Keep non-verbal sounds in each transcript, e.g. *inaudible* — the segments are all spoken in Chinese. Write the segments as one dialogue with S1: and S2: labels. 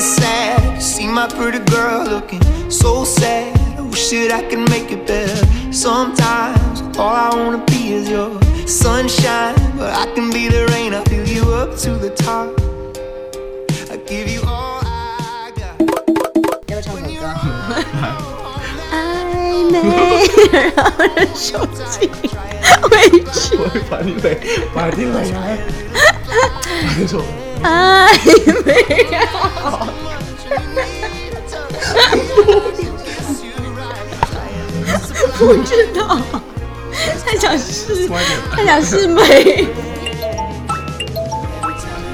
S1: sad to see my pretty girl looking so sad. I wish that I could make it better. Sometimes all I wanna be is your sunshine, but I can be the rain. I fill you up to the top. I give you all I got.
S2: 要不唱首歌？
S3: 暧昧，然后人受尽委屈，
S4: 我把你腿，把你腿来，我跟你说，
S3: 暧昧。
S1: *laughs*
S3: 不知道，他想试，他想试美，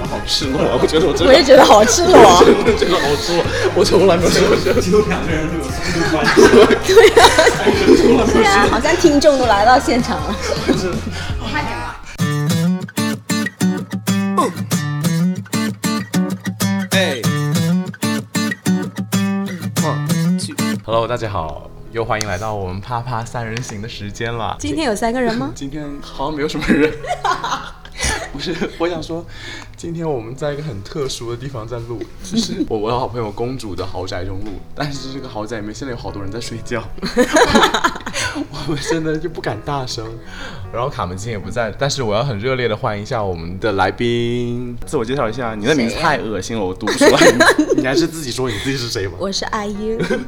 S4: 我好赤裸，我觉得我真
S3: 我
S4: 的
S3: 也觉得好赤裸。
S4: 真的觉得好赤裸，我从来没有这
S5: 只有两个人会有这种关系，
S3: 对啊，对啊，好像听众都来 *laughs* 到现场了。
S4: Hello，大家好，又欢迎来到我们啪啪三人行的时间了。
S3: 今天有三个人吗？
S4: 今天好像没有什么人。 *laughs* 不是，我想说，今天我们在一个很特殊的地方在录，就是我我好朋友公主的豪宅中录，但是这个豪宅里面现在有好多人在睡 *laughs* 觉，我们真的就不敢大声。然后卡门今天也不在，但是我要很热烈的欢迎一下我们的来宾，自我介绍一下，你的名字太恶心了，我读不出 *laughs* 来，你你还是自己说你自己是谁吧。
S3: 我是 IU，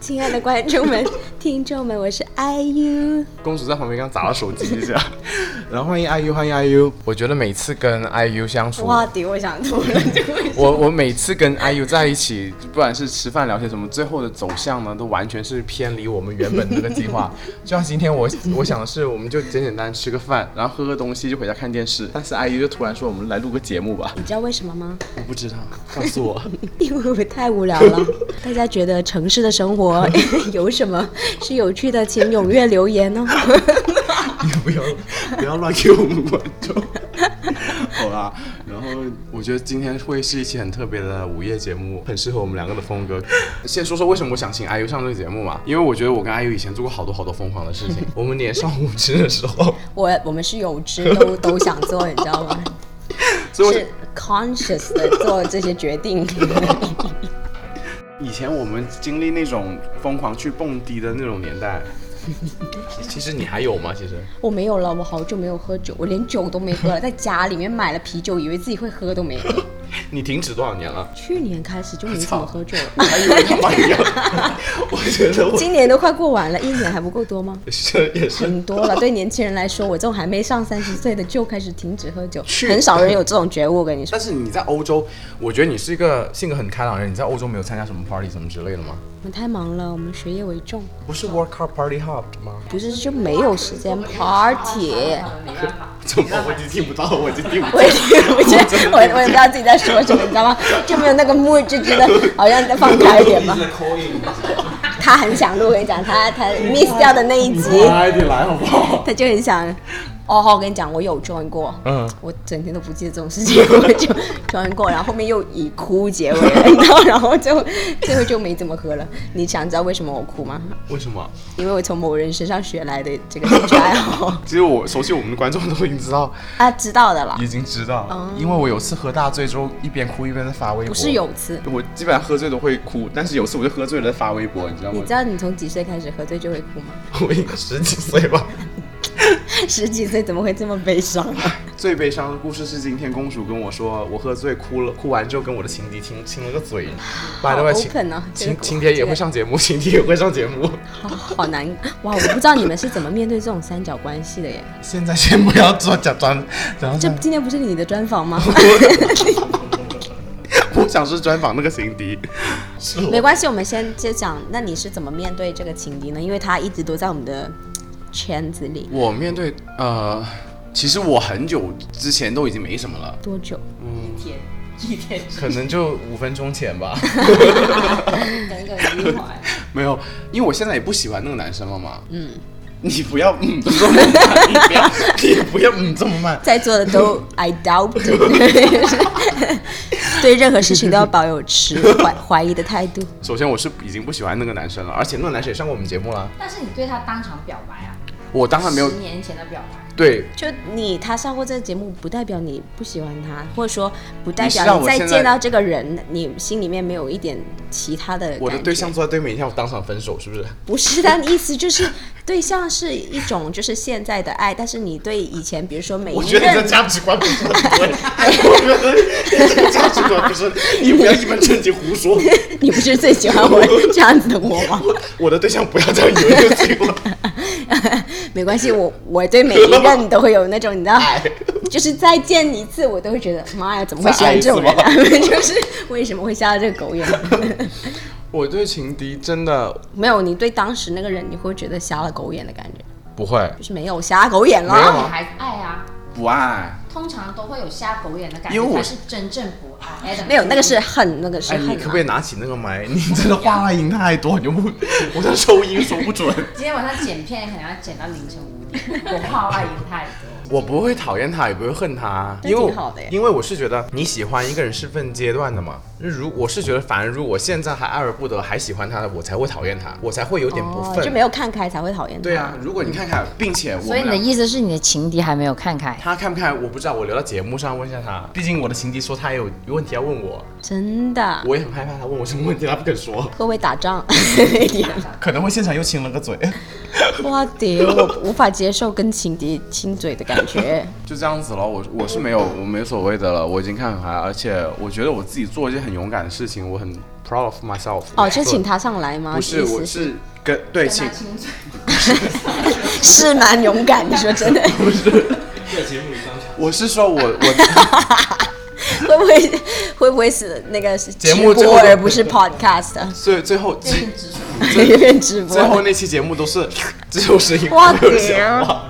S3: 亲爱的观众们、听众们，我是 IU。
S4: *laughs* 公主在旁边刚砸了手机一下， *laughs* 然后欢迎 IU，欢迎 IU。我觉得每次跟 IU 相处，
S3: 哇，屌，我想吐了，这个
S4: 我我每次跟 IU 在一起，不管是吃饭聊天什么，最后的走向呢，都完全是偏离我们原本那个计划。就像今天我我想的是，我们就简简单单吃个饭，然后喝个东西就回家看电视。但是 IU 就突然说我们来录个节目吧，
S3: 你知道为什么吗？
S4: 我不知道，告诉我。
S3: 因为我太无聊
S4: *laughs*
S3: 了。大家觉得城市的生活有什么是有趣的，请踊跃留言
S4: *laughs*
S3: 哦。
S4: 你不要不要乱给我们观众。 *laughs* 好啦，然后我觉得今天会是一期很特别的午夜节目，很适合我们两个的风格。先说说为什么我想请 IU 上这个节目嘛，因为我觉得我跟 IU 以前做过好多好多疯狂的事情。 *laughs* 我们年少无知的时候， *laughs*
S3: 我我们是有知都都想做，你知道吗？
S4: 所以我
S3: 是 conscious 的做这些决定。 *laughs*
S4: 以前我们经历那种疯狂去蹦迪的那种年代。 *laughs* 其实你还有吗？其实
S3: 我没有了，我好久没有喝酒，我连酒都没喝了，在家里面买了啤酒，以为自己会喝都没喝。
S4: *laughs* 你停止多少年 *laughs* 了？
S3: 去年开始就没怎么喝酒了，
S4: 我还以为他妈一样。 *laughs* 我觉得我
S3: 今年都快过完了，一年还不够多吗？
S4: 是
S3: *laughs*
S4: 也是
S3: 很多了，对年轻人来说，我这种还没上三十岁的就开始停止喝酒，
S4: 去
S3: 很少人有这种觉悟。我跟你说
S4: 但，是你在欧洲，我觉得你是一个性格很开朗的人。你在欧洲没有参加什么 party 什么之类的吗？
S3: 我们太忙了，我们学业为重，
S4: 不是 work hard party hard 吗？
S3: 不是就没有时间 party。
S4: 怎么我已经听不到了，我已经听
S3: *laughs*
S4: 不
S3: 我也我觉得我我也不知道自己在说什么，你知道 *laughs* 吗？就没有那个 mood，就觉得好像再放开一
S5: *laughs*
S3: 点吧
S5: 一。直在 call in，
S3: 他很想录，我跟你讲，他他
S5: *laughs*
S3: miss 掉的那一集，
S4: 快点来好不好？
S3: 他就很想。哦，我跟你讲，我有 join 过，
S4: 嗯
S3: 我整天都不记得这种事情，我就 join 过，然后后面又以哭结尾了，你知道，然后就最后就没怎么喝了。你想知道为什么我哭吗？
S4: *laughs* 为什么？
S3: 因为我从某人身上学来的这个兴趣爱 *laughs* 好
S4: 其实我熟悉我们的观众都已经知道，
S3: 啊，知道的了，
S4: 已经知道，因为我有次喝大醉之后，一边哭一边在发微博。
S3: 不是有次。
S4: 我基本上喝醉都会哭，但是有次我就喝醉了在发微博，你知道
S3: 你
S4: 吗
S3: 知？道你从几岁开始喝醉就会哭吗？ *laughs*
S4: 我应该十几岁吧。
S3: 十几岁怎么会这么悲伤？啊
S4: 最悲伤的故事是今天公主跟我说，我喝醉哭了，哭完之后跟我的情敌亲亲了个嘴。By the
S3: 好
S4: way，情
S3: open 啊这个
S4: 情情敌也会上节目， *laughs* 情敌也会上节目。
S3: 好好难哇！我不知道你们是怎么面对这种三角关系的耶。
S4: 现在先不要做假装，假
S3: 这
S4: 装。
S3: 今天不是你的专访 *laughs* 吗？
S4: 我想是专访那个情敌， *laughs* 是
S3: 没
S4: 我。
S3: 关系，我们先先讲，那你是怎么面对这个情敌呢？因为他一直都在我们的圈子里，
S4: 我面对呃，其实我很久之前都已经没什么了，
S3: 多久？
S4: 可能就五分钟前吧。
S3: 耿耿于怀。
S4: *laughs*
S2: 哎
S4: 没有，因为我现在也不喜欢那个男生了嘛。嗯。你不要嗯这么慢，你不要你不要嗯这么慢。
S3: 在座的都 *laughs* I doubt，it 对任何事情都要保有持 *laughs* 怀怀疑的态度。
S4: 首先我是已经不喜欢那个男生了，而且那个男生也上过我们节目啦。
S2: 但是你对他当场表白啊？
S4: 我当然没有
S2: 十年前的表白，
S4: 对，
S3: 就你他上过这个节目，不代表你不喜欢他，或者说不代
S4: 你是让
S3: 表
S4: 我
S3: 再
S4: 现在
S3: 见到这个人，你心里面没有一点其他的。
S4: 我的对象坐在对面，你看我当场分手是不是？
S3: 不是他的意思，就是对象是一种就是现在的爱，但是你对以前，比如说每
S4: 我
S3: 一
S4: 觉得你
S3: 任
S4: 的价值观不是很对， *laughs* 我觉得你这个价值观不是，你不要一本正经胡说。 *laughs*
S3: *laughs* 你不是最喜欢我这样子的我吗？
S4: 我的对象不要这样以为就行了。
S3: 没关系，我我对每一任都会有那种你知
S4: *laughs*
S3: 道
S4: 哎，
S3: 就是再见一次，我都会觉得妈呀，怎么会喜
S4: 再爱
S3: 欢
S4: 一次
S3: 这种人啊？ *laughs* 就是为什么会下到这个狗眼？
S4: 我对情敌真的
S3: 没有，你对当时那个人，你会觉得瞎了狗眼的感觉，
S4: 不会，
S3: 就是没有瞎狗眼
S4: 没有
S2: 然
S3: 了。
S2: 后你还爱啊，
S4: 不爱。
S2: 通常都会有瞎狗眼的感
S4: 因为
S2: 觉，
S4: 我
S2: 才是真正不
S4: 啊
S2: 爱。Adam，哎
S3: 没有，那个是恨，那个是
S4: 哎，
S3: 恨、
S4: 你可不可以？拿起那个麦？你真的话外音太多，你就不，我这收音收不准。
S2: 今天晚上剪片可能要剪到凌晨五点，我话外音太多。
S4: 我不会讨厌他，也不会恨他，
S3: 那
S4: 因为我
S3: 挺好的耶
S4: 因为我是觉得你喜欢一个人是分阶段的嘛。如我是觉得，反而如果我现在还爱而不得，还喜欢他，我才会讨厌他，我才会有点不
S3: 哦，
S4: 忿。
S3: 就没有看开才会讨厌他。
S4: 对啊，，如果你看看，并且我
S2: 所以
S4: 们
S2: 你的
S4: 俩
S2: 意思是你的情敌还没有看开？
S4: 他看不看我不知道，我留到节目上问一下他。毕竟我的情敌说他也有问题要问我，
S3: 真的，
S4: 我也很害怕他问我什么问题，他不肯说，
S3: 会不会打仗？ *laughs*
S4: 可能会现场又亲了个嘴，
S3: 哇屌，我无法接受跟情敌亲嘴的感觉。
S4: *laughs* *laughs* 就这样子了。我我是没有我没所谓的了，我已经看很开，而且我觉得我自己做一件很勇敢的事情，我很 proud of myself。
S3: 哦，就请他上来吗？
S4: 不是，
S3: 意思
S4: 我是跟对请
S3: 是蛮勇敢的，说真
S4: *laughs*
S3: 的，
S6: 在节 *laughs* 目里当场，
S4: 我是说我我
S3: 会不会会不会是那个是
S4: 节
S3: 直
S4: 目 *laughs* 最后
S3: 播而不是 podcast？啊
S4: 最最后最
S3: 随便直播
S4: 最，后那期节目都是这就是一
S3: 哇
S4: 个笑
S3: 屌
S4: 话。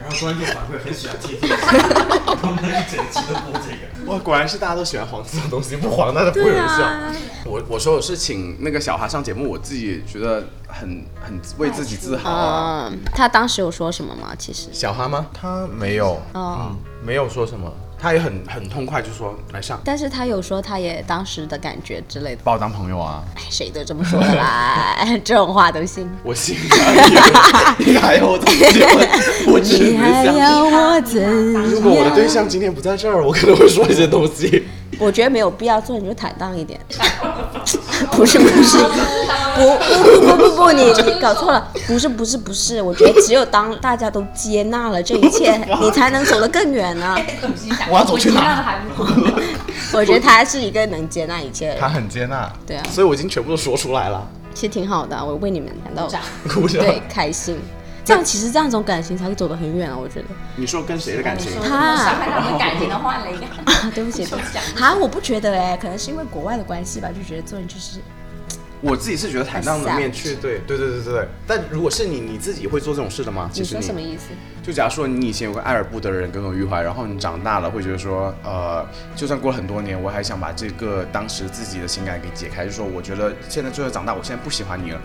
S6: 然后观众反馈很喜欢听这个，我们一整期都播这个。
S4: 哇，果然是大家都喜欢黄色的东西，不黄那都不会有人笑。
S3: 啊
S4: 我我说我是请那个小孩上节目，我自己觉得很很为自己
S3: *laughs*
S4: 自豪啊。
S3: 嗯，他当时有说什么吗？其实，
S4: 小哈吗？他没有，嗯
S3: 哦，
S4: 没有说什么，他也很很痛快，就说来上，
S3: 但是他有说他也当时的感觉之类的，
S4: 把我当朋友啊。
S3: 哎，谁都这么说的啦，这种话都信。
S4: 我心想，你还要我怎么结婚？我只
S3: 你还
S4: 是想，
S3: 要我怎
S4: 如果我的
S3: 样？
S4: 对象今天不在这儿，我可能会说一些东西。
S3: 我觉得没有必要做，你就坦荡一点。 *laughs* 不是不是，不不不不不不，你你搞错了，不是不是不是，我觉得只有当大家都接纳了这一 *laughs* 切，你才能走得更远呢、
S4: 我要走去哪
S2: 哪？
S3: 我觉得他是一个能接纳一切的人，
S4: 很接纳，
S3: 对啊
S4: 所以我已经全部都说出来了。
S3: 其实挺好的啊，我为你们感到
S4: 鼓掌
S3: 对开心。这样其实这样一种感情才会走得很远啊，我觉得。
S4: 你说跟谁的感情？
S3: 他
S2: 伤害他们感情的换了一个。
S3: 啊，对不起，对不起啊，我不觉得哎、可能是因为国外的关系吧，就觉得做人就是
S4: 我自己是觉得坦荡的面去对对对对对对，但如果是你，你自己会做这种事的吗？其
S3: 你
S4: 实
S3: 说什么意思？
S2: 啊
S4: 就假如说你以前有个爱而不得的人耿耿于怀，然后你长大了会觉得说，呃，就算过了很多年，我还想把这个当时自己的情感给解开，就说我觉得现在就是长大，我现在不喜欢你了。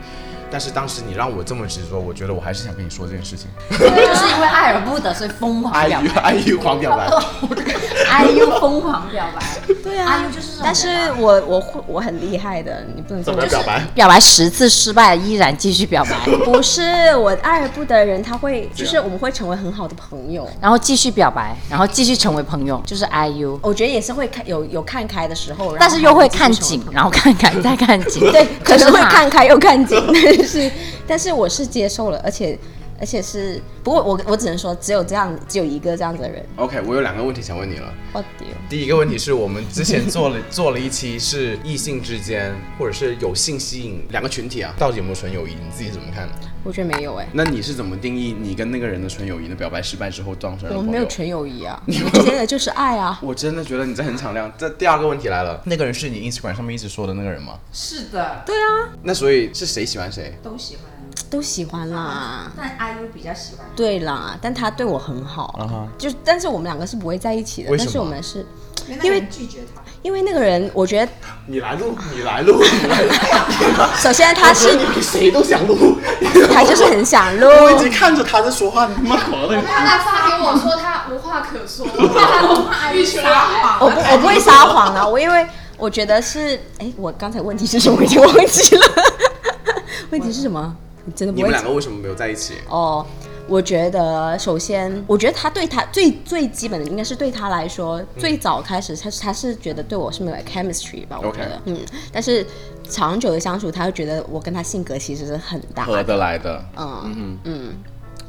S4: 但是当时你让我这么执着，我觉得我还是想跟你说这件事情。
S2: *laughs* 就是因为爱而不得，所以疯狂
S4: 爱
S2: 表
S4: 欲爱欲狂表白，
S2: 白，爱又疯狂表白。
S3: 对
S2: 啊就是这种
S3: 但是
S2: 人啊
S3: 我我会我很厉害的，你不能这
S4: 怎
S3: 么
S4: 么
S3: 说
S4: 表白？
S2: 表白十次失败，依然继续表白，
S3: 不是我爱而不得的人，他会就是我们会成为很好的朋友。
S2: 然后继续表白，然后继续成为朋友，就是 IU。
S3: 我觉得也是会看有有看开的时候，然后
S2: 但是又会看
S3: 继续成
S2: 紧，然后看看再看紧。
S3: 为。对，可
S2: 就是是
S3: 会
S2: 他
S3: 看开又看紧， *laughs* 但是但是我是接受了，而且而且是不过我我只能说只有这样只有一个这样子的人，
S4: OK，我有两个问题想问你了。
S2: 哦
S3: 我丢。
S4: 第一个问题是我们之前做了做了一期是异性之间或者是有性吸引两个群体啊，到底有没有纯友谊？你自己怎么看？
S3: 我觉得没有哎、
S4: 那你是怎么定义你跟那个人的纯友谊的表白失败之后当成
S3: 我
S4: 朋
S3: 们没
S4: 友
S3: 有？纯友谊啊，我们之间的就是爱啊。
S4: 我真的觉得你在很敞亮。这第二个问题来了，那个人是你 Instagram 上面一直说的那个人吗？
S2: 是的，
S3: 对啊，
S4: 那所以是谁喜欢谁？
S2: 都喜欢，
S3: 都喜欢啦。
S2: 但 IU 比较喜欢。
S3: 对啦，但他对我很好
S4: 啊哈
S3: 就但是我们两个是不会在一起的
S4: 为，
S3: 但
S4: 什么
S3: 是我们是
S2: 因为拒绝他，
S3: 因为那个人，我觉得
S4: 你来录，你来 *laughs* 录，你来录。
S3: 首先他
S4: *laughs*
S3: 是
S4: 你比谁都想录，
S3: 他就是很想录，
S4: 我已经看着他在说话，你妈狂了。
S7: 他发给我说他无话可
S2: *laughs*
S7: 说，我怕欲求撒谎。
S4: *laughs*
S3: 我不我不会撒谎啊的，我因为我 *laughs* 觉得是，哎，我刚才问题是什么我已经忘记了，问题是什么？你真的
S8: 你
S3: 不
S8: 们
S3: 会
S8: 两个为什么没有在一起？
S3: 哦，我觉得首先，我觉得他对他最最基本的应该是对他来说，最早开始他是他是觉得对我是没有 chemistry 吧，我
S8: OK
S3: 觉得嗯，但是长久的相处，他会觉得我跟他性格其实是很搭
S8: 合
S3: 的，
S8: 得来的，
S3: 嗯
S8: 嗯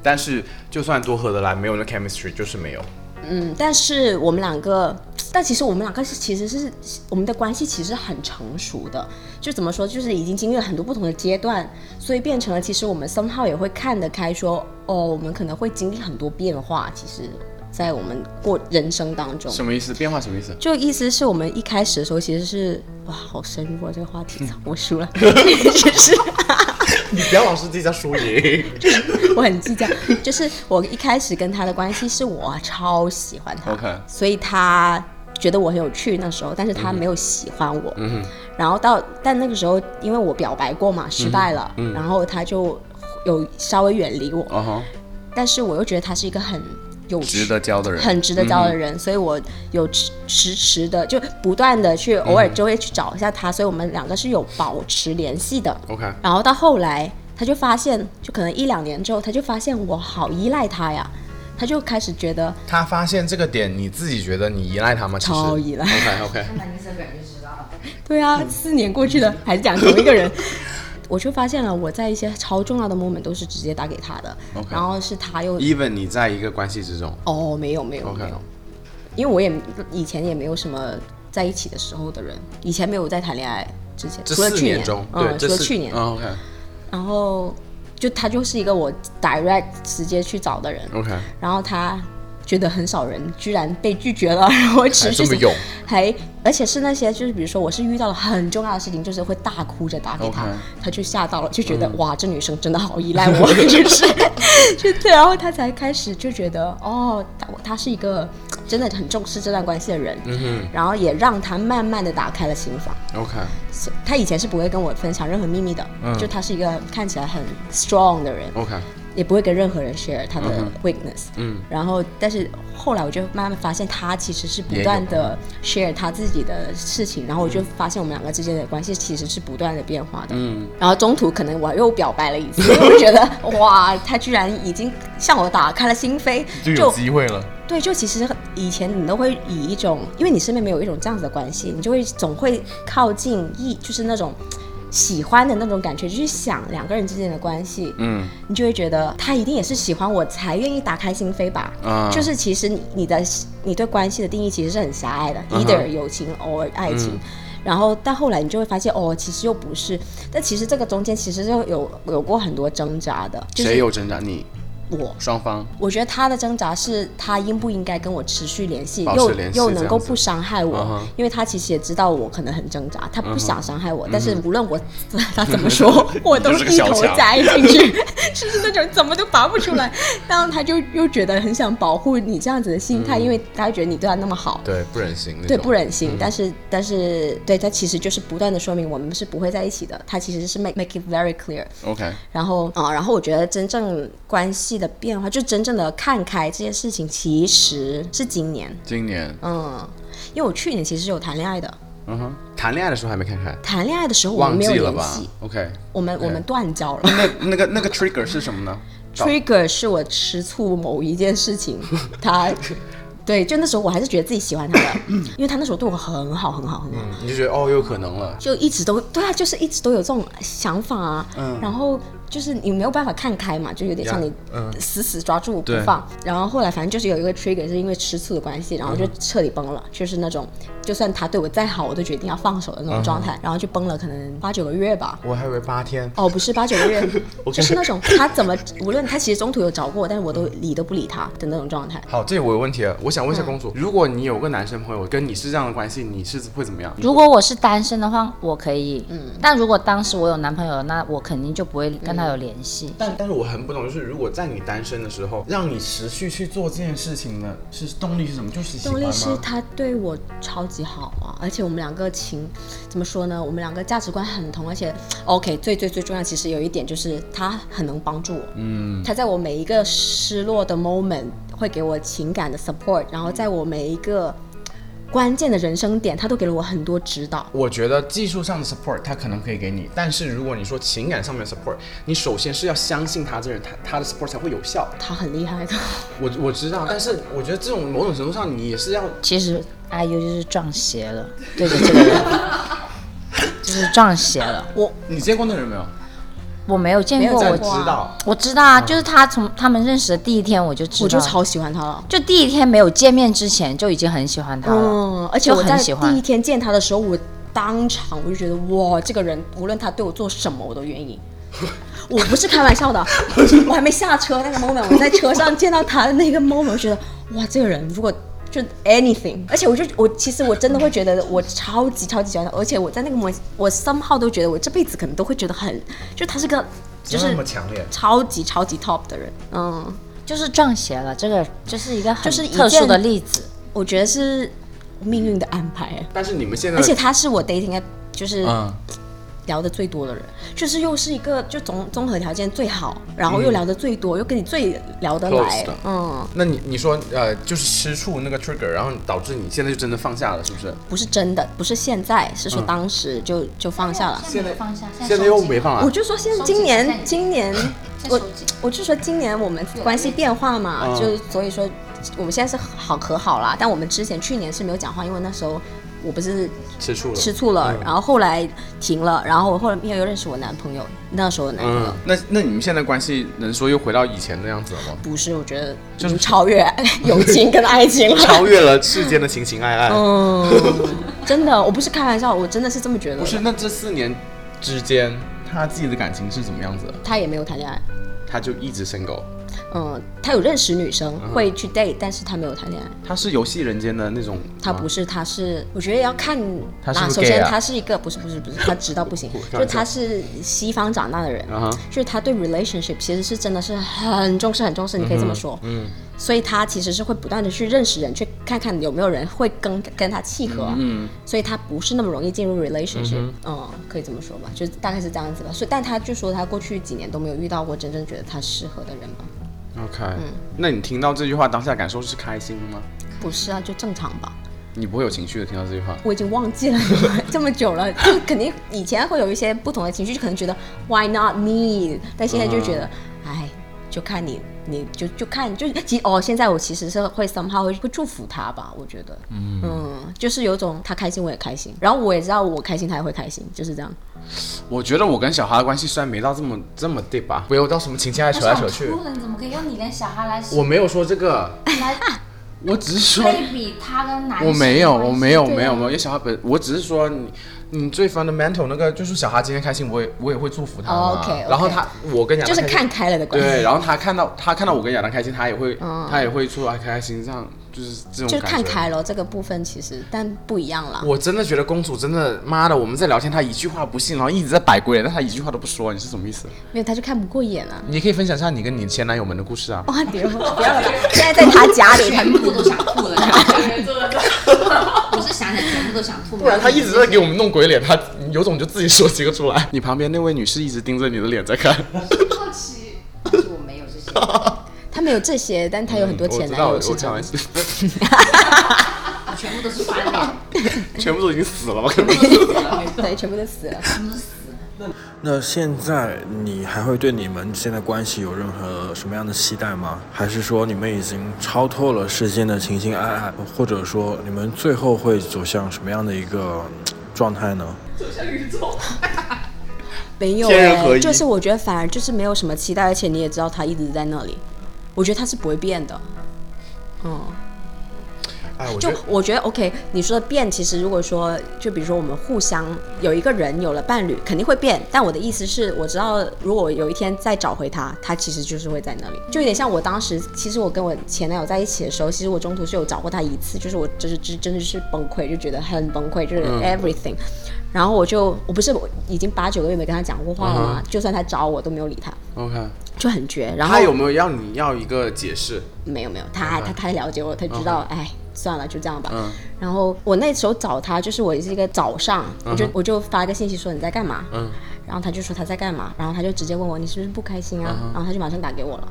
S8: 但是就算多合得来，没有那 chemistry 就是没有。
S3: 嗯，但是我们两个，但其实我们两个是其实是我们的关系其实很成熟的，就怎么说，就是已经经历了很多不同的阶段，所以变成了其实我们 somehow 也会看得开说，哦，我们可能会经历很多变化，其实，在我们过人生当中。
S8: 什么意思？变化什么意思？
S3: 就意思是我们一开始的时候，其实是哇，好深入啊！这个话题，操我输了，
S8: *laughs*
S3: 就是
S8: 你不要老是自己在输 *laughs* 赢。
S3: 我很计较。就是我一开始跟他的关系是我超喜欢他
S8: OK
S3: 所以他觉得我很有趣那时候，但是他没有喜欢我。
S8: 嗯哼，
S3: 然后到但那个时候，因为我表白过嘛，失败了，
S8: 嗯
S3: 然后他就有稍微远离我，
S8: 啊哈，
S3: 但是我又觉得他是一个很有趣
S8: 值得交的人，嗯
S3: 很值得交的人，所以我有迟迟迟的就不断的去偶
S8: 嗯
S3: 尔就会去找一下他，所以我们两个是有保持联系的。
S8: OK，
S3: 然后到后来，他就发现，就可能一两年之后，他就发现我好依赖他呀，他就开始觉得
S4: 他发现这个点，你自己觉得你依赖他吗？其
S3: 超
S4: 实
S3: 依赖。
S8: OK OK，
S2: 看男生感觉知道了，
S3: 对啊，四年过去了，还是讲同一
S8: *laughs*
S3: 个人。我就发现了，我在一些超重要的 moment 都是直接打给他的
S8: OK
S3: 然后是他又
S8: even 你在一个关系之中
S3: 哦，没有没有
S8: ，OK，
S3: 没有，因为我也以前也没有什么在一起的时候的人，以前没有在谈恋爱之前，
S8: 这
S3: 除了
S8: 四
S3: 去
S8: 年中，对，
S3: 嗯，除
S8: 这
S3: 了
S8: 四
S3: 去年，
S8: 嗯，OK
S3: 然后就他就是一个我 direct 直接去找的人，
S8: OK，
S3: 然后他觉得很少人居然被拒绝了， *laughs* 然后持
S4: 还
S3: 续
S4: 这么
S3: 性
S4: 勇，
S3: 还而且是那些就是比如说我是遇到了很重要的事情，就是会大哭着打给他
S8: OK
S3: 他就吓到了，就觉得、哇这女生真的好依赖我， *laughs* 就是就对，然后他才开始就觉得哦，他他是一个真的很重视这段关系的人，
S8: 嗯
S3: 然后也让他慢慢的打开了心房。
S8: 哼，OK，
S3: 所他以前是不会跟我分享任何秘密的，
S4: 嗯
S3: 就他是一个看起来很 strong 的人
S8: OK，
S3: 也不会跟任何人 share 他的 weakness。
S8: 嗯
S3: 然后，但是后来我就慢慢发现，他其实是不断的 share 他自己的事情，然后我就发现我们两个之间的关系其实是不断的变化的。
S8: 嗯，
S3: 然后中途可能我又表白了一次，因为我觉得哇，他居然已经向我打开了心扉，
S4: 就有机会了。
S3: 对，就其实很以前你都会以一种，因为你身边没有一种这样子的关系，你就会总会靠近一，就是那种喜欢的那种感觉，就去想两个人之间的关系，
S8: 嗯，
S3: 你就会觉得他一定也是喜欢我才愿意打开心扉吧。
S8: 啊
S3: 就是其实你你的你对关系的定义其实是很狭隘的、
S8: 嗯哼
S3: e
S8: 嗯
S3: i t h e r 友情 or 爱情。然后，但后来你就会发现，哦，其实又不是。但其实这个中间其实就有有过很多挣扎的，就
S8: 谁
S3: 是
S8: 有挣扎？你
S3: 我
S8: 双方
S3: 我觉得他的挣扎是他应不应该跟我持续联系，
S8: 保
S3: 又
S8: 持联系
S3: 又
S8: 这
S3: 能
S8: 样
S3: 够
S8: 子
S3: 不伤害我
S8: 嗯哼
S3: 因为他其实也知道我可能很挣扎，他不想伤害我但
S8: 嗯
S3: 是
S8: 哼嗯
S3: 无论我 *laughs* 他怎么说， *laughs* 我都
S8: 就是个
S3: 一
S8: 小
S3: 头
S8: 强
S3: 栽进去， *laughs* 就是那种怎么都拔不出来。然后他就又觉得很想保护你这样子的心
S8: 嗯
S3: 态，因为他觉得你对他那么好，
S4: 对，不忍心那
S3: 对
S4: 种。
S3: 不忍心。但是但是对他其实就是不断的说明我们是不会在一起的，他其实是 make make it very clear。
S8: OK，
S3: 然后啊、然后我觉得真正关系的变化，就真正的看开这件事情，其实是今年，
S8: 今年
S3: 嗯，因为我去年其实是有谈恋爱的，
S8: 嗯哼，谈恋爱的时候还没看开，
S3: 谈恋爱的时候我们
S8: 忘
S3: 没有
S8: 记了
S3: 联
S8: 吧哎
S3: 系，
S8: ？OK，
S3: 我们我们断交了。
S8: 那那个那个 trigger 是什么呢？找
S3: Trigger 是我吃醋某一件事情，
S8: *laughs*
S3: 他。对，就那时候我还是觉得自己喜欢他的，因为他那时候对我很好，很好，很好。
S4: 嗯
S8: 你就觉得哦，有可能了。
S3: 就一直都对啊，就是一直都有这种想法啊。然后就是你没有办法看开嘛，就有点像你死死抓住不放。然后后来反正就是有一个 trigger 是因为吃醋的关系，然后就彻底崩了，就是那种就算他对我再好，我都决定要放手的那种状态，然后就崩了，可能八九个月吧。
S4: 我还以为八天，
S3: 哦，不是八九个月，就是那种他怎么无论他其实中途有找过我，但是我都理都不理他的那种状态。
S4: 好，这里我有问题了，我想
S3: 嗯
S4: 问一下公主，
S8: 如果你有个男生朋友跟你是这样的关系，你是会怎么样？
S2: 如果我是单身的话，我可以。嗯，但如果当时我有男朋友，那我肯定就不会跟他有联系。
S8: 但但是我很不懂，就是如果在你单身的时候，让你持续去做这件事情的是动力是什么？就是喜
S3: 动
S8: 欢
S3: 力是
S8: 吗？
S3: 他对我超级好啊，而且我们两个情怎么说呢？我们两个价值观很同，而且 OK 最最最重要，其实有一点就是他很能帮助我。嗯，他在我每一个失落的 moment 会给我情感的 support，然后在我每一个关键的人生点，他都给了我很多指导。
S4: 我觉得技术上的 support 他可能可以给你，但是如果你说情感上面的 support，你首先是要相信他这人，他他的 support 才会有效。
S3: 他很厉害的，
S4: 我我知道，但是我觉得这种某种程度上你也是要
S2: 其实 IU 就是撞邪了，对着这个人， *laughs* 就是撞邪了。
S4: 我你见过那人没有？
S2: 我没有见过，
S3: 啊
S4: 在
S2: 我
S4: 知道，
S2: 我知道啊，就是他从他们认识的第一天我就知道，
S3: 我就超喜欢他了。
S2: 就第一天没有见面之前就已经很喜欢他了，
S3: 嗯，而且
S2: 就
S3: 我在
S2: 很喜
S3: 第一
S2: 欢。
S3: 天见他的时候，我当场我就觉得哇，这个人无论他对我做什么，我都愿意。 *laughs* 我不是开玩笑的，我还没下车那个 moment，我在车上见到他的那个 moment，我觉得哇，这个人如果就 anything，而且我就我其实我真的会觉得我超级超级喜欢他，而且我在那个 moment，我 somehow 都觉得我这辈子可能都会觉得很，就他是个就是
S4: 那么强烈，
S3: 超级超级 top 的人，嗯，
S2: 就是撞邪了，这个就是一个很
S3: 就是一
S2: 特殊
S3: 件
S2: 的例子。
S3: 我觉得是命运的安排，
S4: 但是你们现在
S3: 而且他是我 dating app 就是。
S4: 嗯，
S3: 聊得最多的人，就是又是一个就综综合条件最好，然后又聊得最多，又跟你最聊得来
S4: Close 的，
S3: 嗯，
S4: 那你你说呃就是吃醋那个 trigger，然后导致你现在就真的放下了，是不是？
S3: 不是真的，不是现在，是说
S4: 嗯
S3: 当时就、就放下了。
S9: 现在没有放下，
S4: 现在又没放
S3: 我
S4: 了，
S3: 就说现在
S9: 收紧
S3: 今
S9: 现在
S3: 年今年
S9: 现在
S3: 我
S9: 收紧
S3: 我就说今年我们关系变化嘛，
S4: 嗯
S3: 就所以说我们现在是好和好啦，但我们之前去年是没有讲话，因为那时候我不是
S4: 吃醋了，
S3: 吃醋
S4: 嗯
S3: 了，然后后来停了，然后我后面又认识我男朋友，那时候的男朋友。
S4: 嗯，那那你们现在关系能说又回到以前那样子了吗？
S3: 不是，我觉得已经超
S4: *laughs*
S3: 越友情跟爱情了。
S4: 超越了世间的情情爱爱。
S3: 嗯， *laughs* 真的，我不是开玩笑，我真的是这么觉得的。
S4: 不是，那这四年之间，他自己的感情是怎么样子的？
S3: 他也没有谈恋爱，
S4: 他就一直 single，
S3: 嗯，他有认识女生，
S4: 嗯
S3: 会去 date，但是他没有谈恋爱。
S4: 他是游戏人间的那种，
S3: 他不
S4: 啊
S3: 是，他是，我觉得要看
S4: 他是
S3: 那
S4: 不是
S3: 首
S4: gay
S3: 先
S4: 啊，
S3: 他是一个不是不是不是，他知道不行
S4: *laughs*
S3: 就是他是西方长大的人
S4: 啊哈，
S3: 就是他对 relationship 其实是真的是很重视很重视，你可以这么说。嗯，所以他其实是会不断的去认识人，去看看有没有人会跟跟他契合。嗯，所以他不是那么容易进入 relationship。嗯，可以这么说吧，就是大概是这样子吧。所以，但他就说他过去几年都没有遇到过真正觉得他适合的人嘛。
S4: OK、那
S3: 嗯
S4: 你听到这句话当下感受是开心吗？
S3: 不是啊，就正常吧。
S4: 你不会有情绪的听到这句话。
S3: 我已经忘记了 *laughs* 这么久了，就肯定以前会有一些不同的情绪，就可能觉得 Why not me？但现在就觉得，哎、就看你，你就就看，就其实哦，现在我其实是会 somehow 会会祝福他吧，我觉得，嗯就是有种他开心我也开心，然后我也知道我开心他也会开心，就是这样。
S4: 我觉得我跟小哈的关系虽然没到这么这么 deep 吧，没有到什么情情爱扯来扯去，
S9: 人怎么可以用你跟小哈来
S4: 我没有说这个， *laughs* 我只是说。啊
S9: 比他跟男
S4: *laughs* 我没有，我没有，没有，没有。因为小哈本，我只是说你，你最 fundamental 那个就是小哈今天开心，我也我也会祝福他嘛。
S3: 哦，OK，OK
S4: 然后他，我跟亚
S3: 就
S4: 当
S3: 是
S4: 开
S3: 看
S4: 心
S3: 开了的关系，
S4: 对，然后他看到他看到我跟亚当开心，他也会、他也会说啊开开心这样，就是这种
S3: 就是
S4: 感
S3: 看
S4: 觉
S3: 开了这个部分，其实但不一样啦。
S4: 我真的觉得公主真的妈的，我们在聊天，她一句话不信，然后一直在摆鬼脸，但她一句话都不说，你是什么意思？
S3: 没有他就看不过眼啊。
S4: 你可以分享一下你跟你前男友们的故事啊。
S3: 哇，别不要了，现在在他家里，他
S10: 全部都想吐了，我是想想全部都想吐，
S4: 不然她一直在给我们弄鬼脸，她有种就自己说几个出来。你旁边那位女士一直盯着你的脸在看，
S9: 好奇，
S10: 我没有这些，
S3: 他没有这些，但他有很多
S4: 嗯我
S3: 前
S4: 知
S3: 男
S4: 道，
S3: 友
S4: 我
S3: 是
S4: 开
S3: 这
S4: 玩
S3: 样。
S4: 笑，
S10: 我全部都是翻脸，
S4: 全部都已经死了吧？可能
S3: 对，全部都死了。
S10: 全部都是死的。
S11: 那现在你还会对你们现在关系有任何什么样的期待吗？还是说你们已经超脱了世间的情情爱爱，或者说你们最后会走向什么样的一个嗯状态呢？
S3: 没有、
S4: 天人合
S3: 欸，
S4: 一
S3: 就是我觉得反而就是没有什么期待，而且你也知道他一直在那里，我觉得他是不会变的。嗯，
S4: 哎，我
S3: 就
S4: 觉得
S3: 我觉得 OK，你说的变，其实如果说就比如说我们互相有一个人有了伴侣，肯定会变。但我的意思是，我知道如果我有一天再找回他，他其实就是会在那里，就有点像我当时，其实我跟我前男友在一起的时候，其实我中途是有找过他一次，就是我就是真真的是崩溃，就觉得很崩溃，就是
S4: 嗯
S3: everything。然后我就我不是我已经八九个月没跟他讲过话了
S4: 嗯
S3: 嘛，就算他找我都没有理他，
S4: OK。
S3: 就很绝。然后
S4: 他有没有要你要一个解释？
S3: 没有没有，他他太了解我，他知
S4: 嗯
S3: 道，哎，算了，就这样吧。然后我那时候找他，就是我是一个早上，我就
S4: 嗯
S3: 我就发个信息说你在干嘛，
S4: 嗯
S3: 然后他就说他在干嘛，然后他就直接问我你是不是不开心啊，然后他就马上打给我了。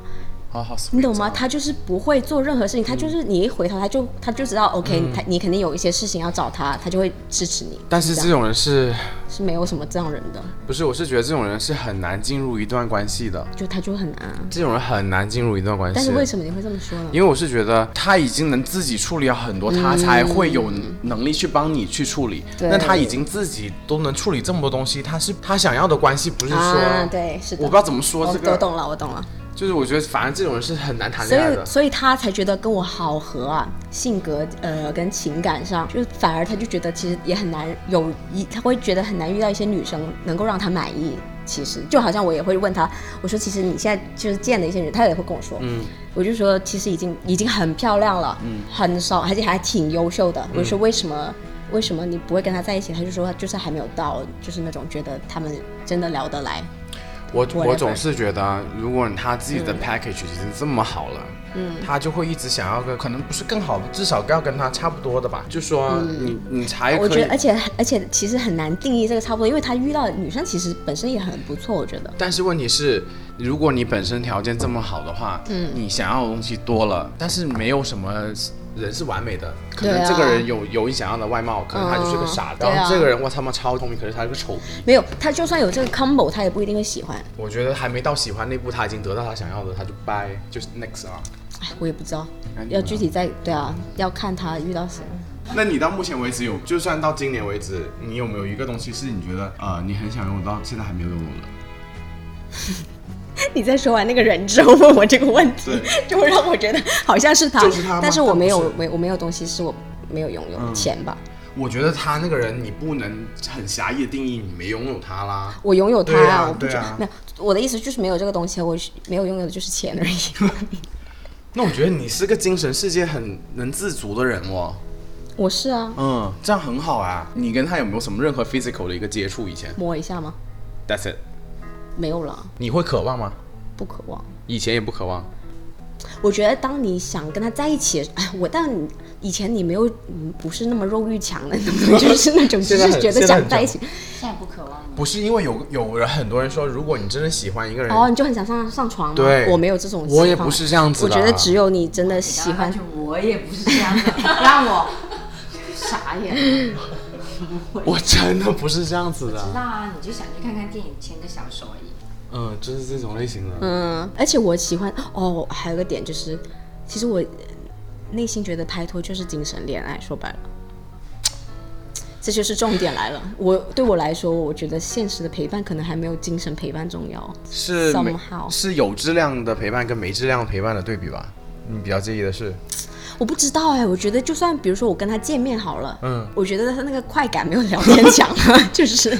S8: 好好，
S3: 你懂吗？
S8: sweet 哦
S3: 他就是不会做任何
S4: 嗯
S3: 事情，他就是你一回头，他就他就知道，OK，、他你肯定有一些事情要找他，他就会支持你。
S4: 但是
S3: 这
S4: 这
S3: 样
S4: 种人是
S3: 是没有什么这样人的，
S4: 不是？我是觉得这种人是很难进入一段关系的，
S3: 就他就很难、啊。
S4: 这种人很难进入一段关系。
S3: 但是为什么你会这么说呢？
S4: 因为我是觉得他已经能自己处理了很多，他才会有能力去帮你去处理。
S3: 嗯对
S4: 那他已经自己都能处理这么多东西，他是他想要的关系，不是说、
S3: 啊，对，是的。
S4: 我不知道怎么说
S3: 我
S4: 这个
S3: 我懂了，我懂了。
S4: 就是我觉得反正这种人是很难谈
S3: 所
S4: 恋爱的
S3: 以，。所以他才觉得跟我好合啊，性格呃跟情感上，就反而他就觉得其实也很难有一，他会觉得很难遇到一些女生能够让他满意。其实就好像我也会问他，我说其实你现在就是见的一些人，他也会跟我说，嗯，我就说其实已经已经很漂亮了，嗯，很少，而且还挺优秀的。我就
S4: 嗯
S3: 说为什么？为什么你不会跟他在一起？他就说就是还没有到，就是那种觉得他们真的聊得来。
S4: 我我
S3: whatever
S4: 总是觉得，如果他自己
S3: 嗯
S4: 的 package 已经这么好了，嗯，他就会一直想要跟，可能不是更好，至少要跟他差不多的吧。就说你、你才
S3: 嗯我
S4: 可
S3: 觉
S4: 以
S3: 得，而，且而且其实很难定义这个差不多，因为他遇到的女生其实本身也很不错，我觉得。
S4: 但是问题是，如果你本身条件这么好的话，嗯，你想要的东西多了，但是没有什么人是完美的。可
S3: 对
S4: 能
S3: 啊
S4: 这个人有、有你想要的外貌，可能他就是个傻子。
S3: 对啊
S4: 然后这个人我他妈超聪明，可是他是个丑逼。
S3: 没有，他就算有这个 combo，他也不一定会喜欢。
S4: 我觉得还没到喜欢那步，他已经得到他想要的，他就掰，就是 next 啊。
S3: 哎，我也不知道
S4: 那，你
S3: 要
S4: 呢
S3: 具体再对啊，要看他遇到谁。
S4: 那你到目前为止有，就算到今年为止，你有没有一个东西是你觉得呃你很想拥有到现在还没有拥有的？
S3: *laughs* 你在说完那个人之后问我这个问题
S4: 对，
S3: *laughs* 就会让我觉得好像是他，
S4: 就是他吗
S3: 但是我没有
S4: 但不是嗯
S3: 没我没有东西是我没有拥有的钱吧。
S4: 我觉得他那个人，你不能很狭义的定义，你没拥有他啦。
S3: 我拥有他
S4: 对啊
S3: 我不觉
S4: 对啊
S3: 没有我的意思就是没有这个东西，我是没有拥有的就是钱而已。 *laughs*
S4: 那我觉得你是个精神世界很能自足的人哦。
S3: 我是啊，
S4: 嗯，这样很好啊。你跟他有没有什么任何 physical 的一个接触？以前
S3: 摸一下吗？
S4: ，That's it。
S3: 没有了，
S4: 你会渴望吗？
S3: 不渴望。
S4: 以前也不渴望。
S3: 我觉得当你想跟他在一起，哎，我但你以前你没有，嗯不是那么肉欲强的，就是那种 *laughs* 只
S4: 现在
S3: 是
S4: 很
S3: 觉得
S4: 现在
S3: 想
S4: 很
S3: 在一起，
S10: 现在不渴望了。
S4: 不是因为有有人很多人说，如果你真的喜欢一个人，
S3: 哦，你就很想上上床吗？
S4: 对
S3: 我没有这种情况，
S4: 我也不是这样子
S3: 我
S4: 的
S3: 觉得只有你真的喜
S10: 然后他
S3: 欢
S10: 就，我也不是这样
S3: *laughs*
S10: 的，让我傻眼。
S4: 我真的不是这样子的。
S10: 那啊，你就想去看看电影，牵个小手而已。
S4: 嗯，就是这种类型的。
S3: 嗯，而且我喜欢哦，还有个点就是，其实我呃内心觉得拍拖就是精神恋爱，说白了。这就是重点来了。我对我来说，我觉得现实的陪伴可能还没有精神陪伴重要。
S4: 是没
S3: somehow
S4: 是有质量的陪伴跟没质量陪伴的对比吧？你比较介意的是，
S3: 我不知道哎，我觉得就算比如说我跟他见面好了，
S4: 嗯
S3: 我觉得他那个快感没有聊天强，
S4: *laughs*
S3: 就是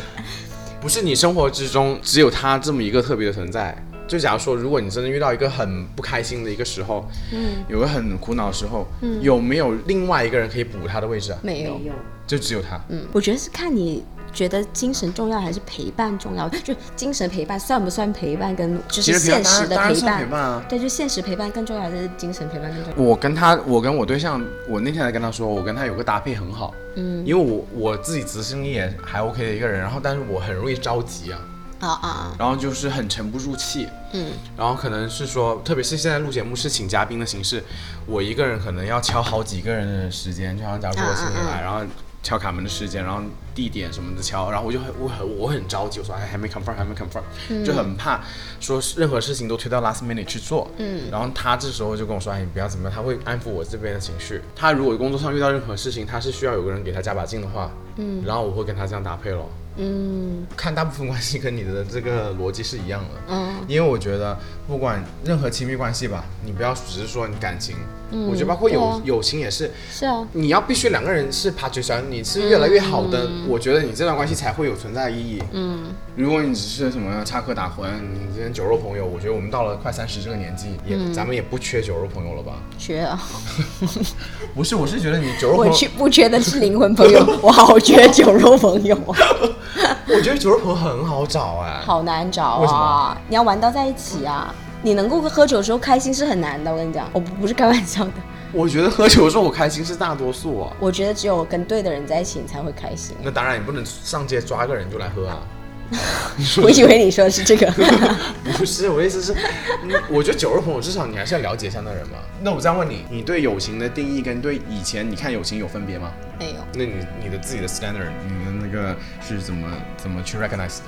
S4: 不是你生活之中只有他这么一个特别的存在？就假如说，如果你真的遇到一个很不开心的一个时候，嗯，有个很苦恼的时候，嗯，有没有另外一个人可以补他的位置啊？
S3: 没有。
S4: 就只有他。
S3: 嗯，我觉得是看你觉得精神重要还是陪伴重要，就精神陪伴算不算陪伴，跟就是
S4: 精神陪伴
S3: 现实的
S4: 当然
S3: 陪
S4: 当然算
S3: 伴，
S4: 陪伴啊
S3: 对，就现实陪伴更重要还是精神陪伴更重要？
S4: 我跟他，我跟我对象，我那天才跟他说，我跟他有个搭配很好，嗯，因为我我自己执行力也还 OK 的一个人，然后但是我很容易着急啊，
S3: 啊啊啊！
S4: 然后就是很沉不住气，嗯，然后可能是说，特别是现在录节目是请嘉宾的形式，我一个人可能要敲好几个人的时间，就好像假如说我请你来，然后敲卡门的时间，然后地点什么的敲，然后我就很我很我很着急，我说哎还没 confirm 还没 confirm，、就很怕说是任何事情都推到 last minute 去做，嗯，然后他这时候就跟我说哎你不要怎么样，他会安抚我这边的情绪，他如果工作上遇到任何事情，他是需要有个人给他加把劲的话，嗯，然后我会跟他这样搭配咯。看大部分关系跟你的这个逻辑是一样的，嗯，因为我觉得不管任何亲密关系吧，你不要只是说你感情，我觉得包括友、友情也是，
S3: 嗯啊是啊，
S4: 你要必须两个人是爬绝山，你是越来越好的，
S3: 嗯
S4: 我觉得你这段关系才会有存在意义，嗯，如果你只是什么插科打诨，你这些酒肉朋友，我觉得我们到了快三十这个年纪，也、
S3: 嗯
S4: 咱们也不缺酒肉朋友了吧？
S3: 缺
S4: *laughs*
S3: 啊，
S4: 不是，我是觉得你酒肉朋
S3: 我
S4: 友，
S3: 缺不缺的是灵魂朋
S4: *laughs*
S3: 友，我好缺酒肉朋友啊，
S4: 我觉得酒肉朋友很好找哎、
S3: 好难找
S4: 为什么
S3: 啊！你要玩到在一起啊，你能够喝酒的时候开心是很难的，我跟你讲，我不不是开玩笑的，
S4: 我觉得喝酒的时候我开心是大多数啊。
S3: 我觉得只有跟对的人在一起，你才会开心。
S4: 那当然，你不能上街抓个人就来喝啊。 *laughs*
S3: 我以为你说的 *laughs* 是 *laughs* 这个，
S4: 不是，我的意思是，嗯我觉得酒肉朋友至少你还是要了解一下那人嘛。那我再问你，你对友情的定义跟对以前你看友情有分别吗？
S3: 没有。
S4: 那你你的自己的 standard，你的那个是怎么怎么去 recognize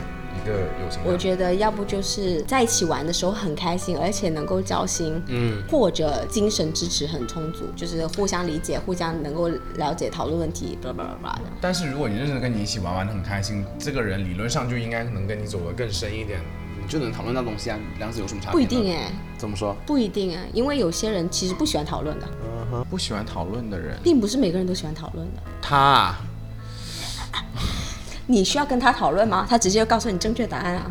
S4: 一个友情呢？
S3: 我觉得要不就是在一起玩的时候很开心，而且能够交心，嗯，或者精神支持很充足，就是互相理解、互相能够了解、讨论问题，巴拉巴拉巴拉的。
S4: 但是如果你认真的跟你一起玩玩的很开心，这个人理论上就应该能跟你走得更深一点，你就能讨论到东西啊，两者有什么差别呢？
S3: 不一定哎，
S4: 怎么说？
S3: 不一定哎，因为有些人其实不喜欢讨论的，
S4: 不喜欢讨论的人，
S3: 并不是每个人都喜欢讨论的。
S4: 他啊
S3: 你需要跟他讨论吗？他直接告诉你正确答案啊。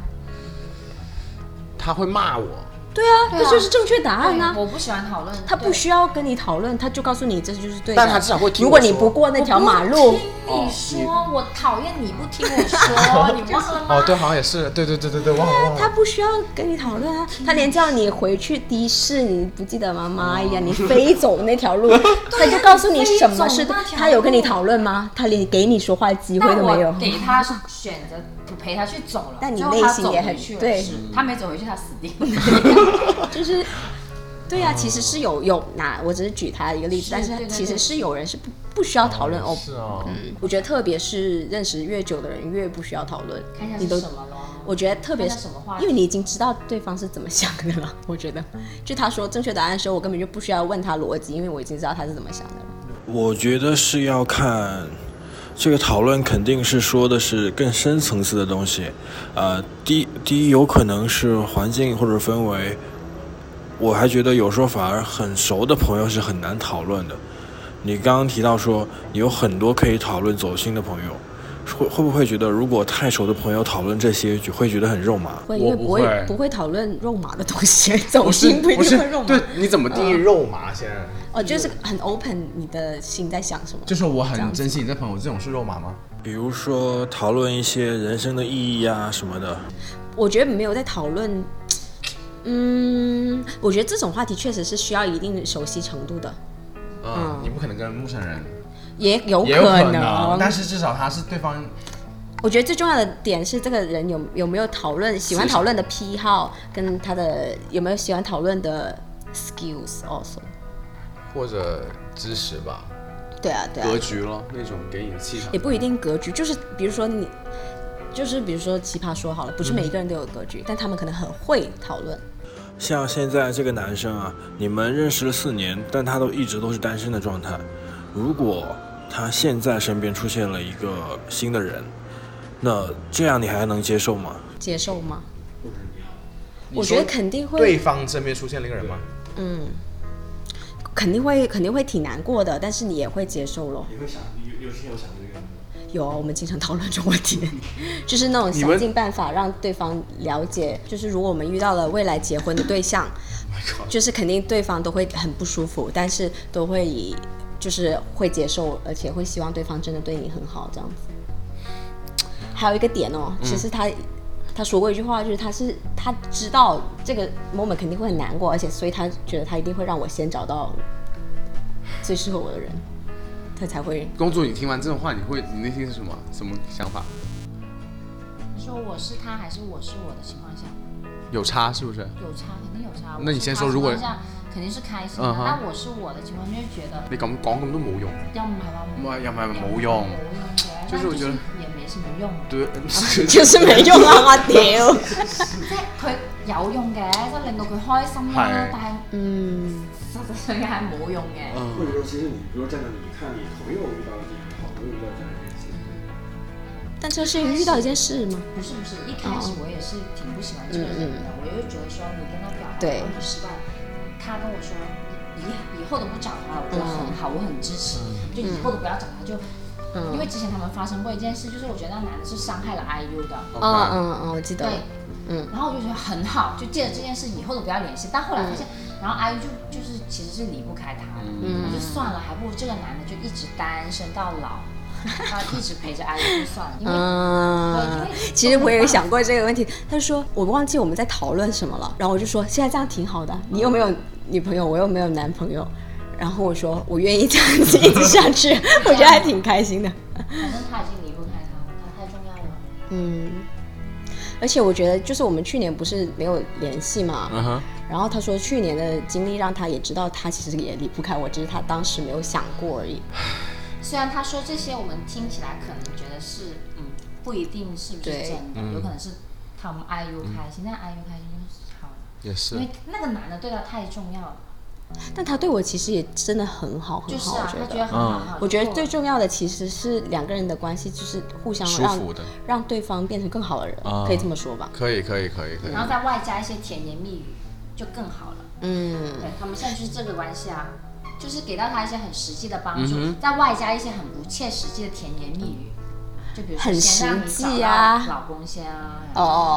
S4: 他会骂我，
S3: 对啊，这就是正确答案啊。
S2: 我不喜欢讨论，
S3: 他不需要跟你讨论，他就告诉你这就是对的。
S4: 但他至少会听
S3: 如
S4: 我
S3: 果你
S4: 说
S3: 不哦过那条马路，
S2: 你说，我讨厌你不听我
S3: *laughs*
S2: 说，你忘了吗？
S4: 哦，对，好像也是，对对对对对，忘了忘
S3: 他
S4: 了。
S3: 不需要跟你讨论啊，他连叫你回去的士，你不记得吗？妈呀，
S4: 哦
S3: 你飞走那条
S4: *laughs*
S3: 路，他就告诉你什么是
S2: 飞走那条路
S3: 他有跟你讨论吗？他连给你说话的机会
S2: 但
S3: 都
S4: 哦
S2: 我
S3: 没有。
S2: 给他选择不陪他去走了，
S3: 但你
S2: 最后他
S3: 内心也
S2: 走
S3: 很
S2: 回去了
S3: 对嗯
S2: 是他没走回去，他死定了。
S3: 就是，对呀、其实是有有哪，我只是举他一个例子，但是
S2: 对对
S3: 其实
S2: 对
S3: 是有人是不不需要讨论哦。
S4: 是哦，
S3: 我觉得特别是认识越久的人越不需要讨论
S2: *laughs* 看一下，
S3: 你都
S2: 是什么咯
S3: 我觉得特别是
S2: 看一下什么话题
S3: 因为你已经知道对方是怎么想的了。 *laughs* 我觉得，就他说正确答案的时候，我根本就不需要问他逻辑，因为我已经知道他是怎么想的了。
S11: 我觉得是要看这个讨论，肯定是说的是更深层次的东西。呃，第一第一有可能是环境或者氛围，我还觉得有时候反而很熟的朋友是很难讨论的。你刚刚提到说你有很多可以讨论走心的朋友，会会不会觉得如果太熟的朋友讨论这些，就会觉得很肉麻？
S3: 会，因
S4: 我
S3: 为
S4: 不
S3: 不会
S4: 会
S3: 不会讨论肉麻的东
S4: *laughs*
S3: 西，走
S4: 不是
S3: 心不一
S4: 不是
S3: 定会肉，麻
S4: 对。，你怎么定义肉麻先？
S3: 哦，就是很 open，你的心在想什么？
S4: 就是我很
S3: 样子
S4: 珍惜你这朋友，这种是肉麻吗？
S11: 比如说讨论一些人生的意义啊什么的。
S3: 我觉得没有在讨论。嗯，我觉得这种话题确实是需要一定熟悉程度的，
S4: 嗯，你不可能跟陌生人，
S3: 也有
S4: 也有
S3: 可
S4: 能，啊
S3: 能。
S4: 但是至少他是对方
S3: 我觉得最重要的点是，这个人有有没有讨论喜欢讨论的癖好，跟他的有没有喜欢讨论的 skills also。
S4: 或者知识吧，
S3: 对啊，对啊，
S4: 格局咯，那种给你的气场
S3: 也。不一定格局，就是比如说你，就是比如说奇葩说好了，
S4: 嗯
S3: 不是每一个人都有格局，但他们可能很会讨论。
S11: 像现在这个男生啊，你们认识了四年，但他都一直都是单身的状态。如果他现在身边出现了一个新的人，那这样你还能接受吗？
S3: 接受吗？
S4: 你
S3: 我
S4: 说
S3: 觉得肯定会
S4: 对，方身边出现了一个人吗？
S3: 肯定会，肯定会挺难过的，但是你也会接受咯。你会想，有有之前有想这个。有啊，我们经常讨论这种问题，就是那种
S4: 你们
S3: 想尽办法让对方了解，就是如果我们遇到了未来结婚的对象就是肯定对方都会很不舒服，但是都会以就是会接受，而且会希望对方真的对你很好这样子。还有一个点哦，其实他、他说过一句话，就是他是他知道这个 moment 肯定会很难过，而且所以他觉得他一定会让我先找到最适合我的人，他才会
S4: 公主，你听完这种话，你会你内心是什么什么想法？
S2: 说我是他还是我是我的情况下，
S4: 有差是不是？
S2: 有差肯定有差。
S4: 那你
S2: 我是
S4: 先
S2: 他
S4: 说
S2: 情
S4: 如果
S2: 况下肯定是开心
S4: 嗯
S2: 的，
S4: 哼
S2: 那我是我的情况下就觉得
S4: 你咁講咁都冇用，
S2: 要买吧，
S4: 哇，又咪
S2: 要
S4: 冇用，
S2: 嘅
S4: 就是我觉得
S2: 那就是也沒什麼用。
S4: 對，
S3: *laughs* 就是沒用啊！我屌，
S2: 即係佢有用嘅，即係令到佢開心啦
S4: 係。
S2: 但係
S3: 嗯。
S2: 實際上嘅係冇用嘅。
S4: 嗯
S12: 或者说，其实你比如站在你看你朋友遇到了这个好朋友遇到这样的事情，
S3: 但这是遇到一件事吗？
S2: 不是不是，一开始我也是挺不喜欢这个人的，我就觉得说你跟他表白，
S3: 对
S2: 然后你失败，他跟我说以以后都不找他了，我觉得很
S4: 嗯
S2: 好，我很支持，就以后都不要找他，就因为之前他们发生过一件事，就是我觉得那男的是伤害了 IU 的，
S3: 嗯嗯嗯，我记得
S2: 对，嗯，然后我就觉得很好，就借着这件事以后都不要联系。但后来发现，
S3: 嗯
S2: 然后 IU 就就是其实是离不开他的，嗯，就算了，还不如这个男的就一直单身到老，他一直陪着 IU 就算了，因为
S3: 嗯，其实我也有想过这个问题。他说我忘记我们在讨论什么了，然后我就说现在这样挺好的，你又没有女朋友，我又没有男朋友，然后我说我愿意这样子一直下 *laughs* 去，我觉得还挺开心的。
S2: 反正他已经离不开他了，他太重要了。
S3: 嗯，而且我觉得，就是我们去年不是没有联系嘛，
S8: 嗯哼，
S3: 然后他说去年的经历让他也知道，他其实也离不开我，只是他当时没有想过而已。
S2: 虽然他说这些，我们听起来可能觉得是，嗯，不一定是不是
S3: 对嗯
S2: 真的，有可能是他们 IU 开心，但 IU 开心就是好了，
S8: 也是
S2: 因为那个男的对他太重要了，
S3: 但他对我其实也真的很好，很
S2: 就
S3: 好，
S2: 是啊，他
S3: 我觉
S2: 觉得
S3: 得。嗯
S2: 很好，很好
S3: 我觉
S2: 就
S3: 得
S2: 够了
S3: 最重要的其实是两个人的关系，就是互相
S8: 舒
S3: 让
S8: 服的
S3: 让对方变成更好的人，
S8: 啊
S3: 可以这么说吧？
S8: 可以可以可以可以
S2: 然后再外加一些甜言蜜语，就更好了。
S3: 嗯，
S2: 对他们现在就是这个关系啊，就是给到他一些很实际的帮助，
S3: 嗯
S2: 再外加一些很不切实际的甜言蜜语，就比如说
S3: 很
S2: 先让你
S3: 实
S2: 找
S3: 际
S2: 到
S3: 啊
S2: 老公先啊，
S3: 哦
S2: 然后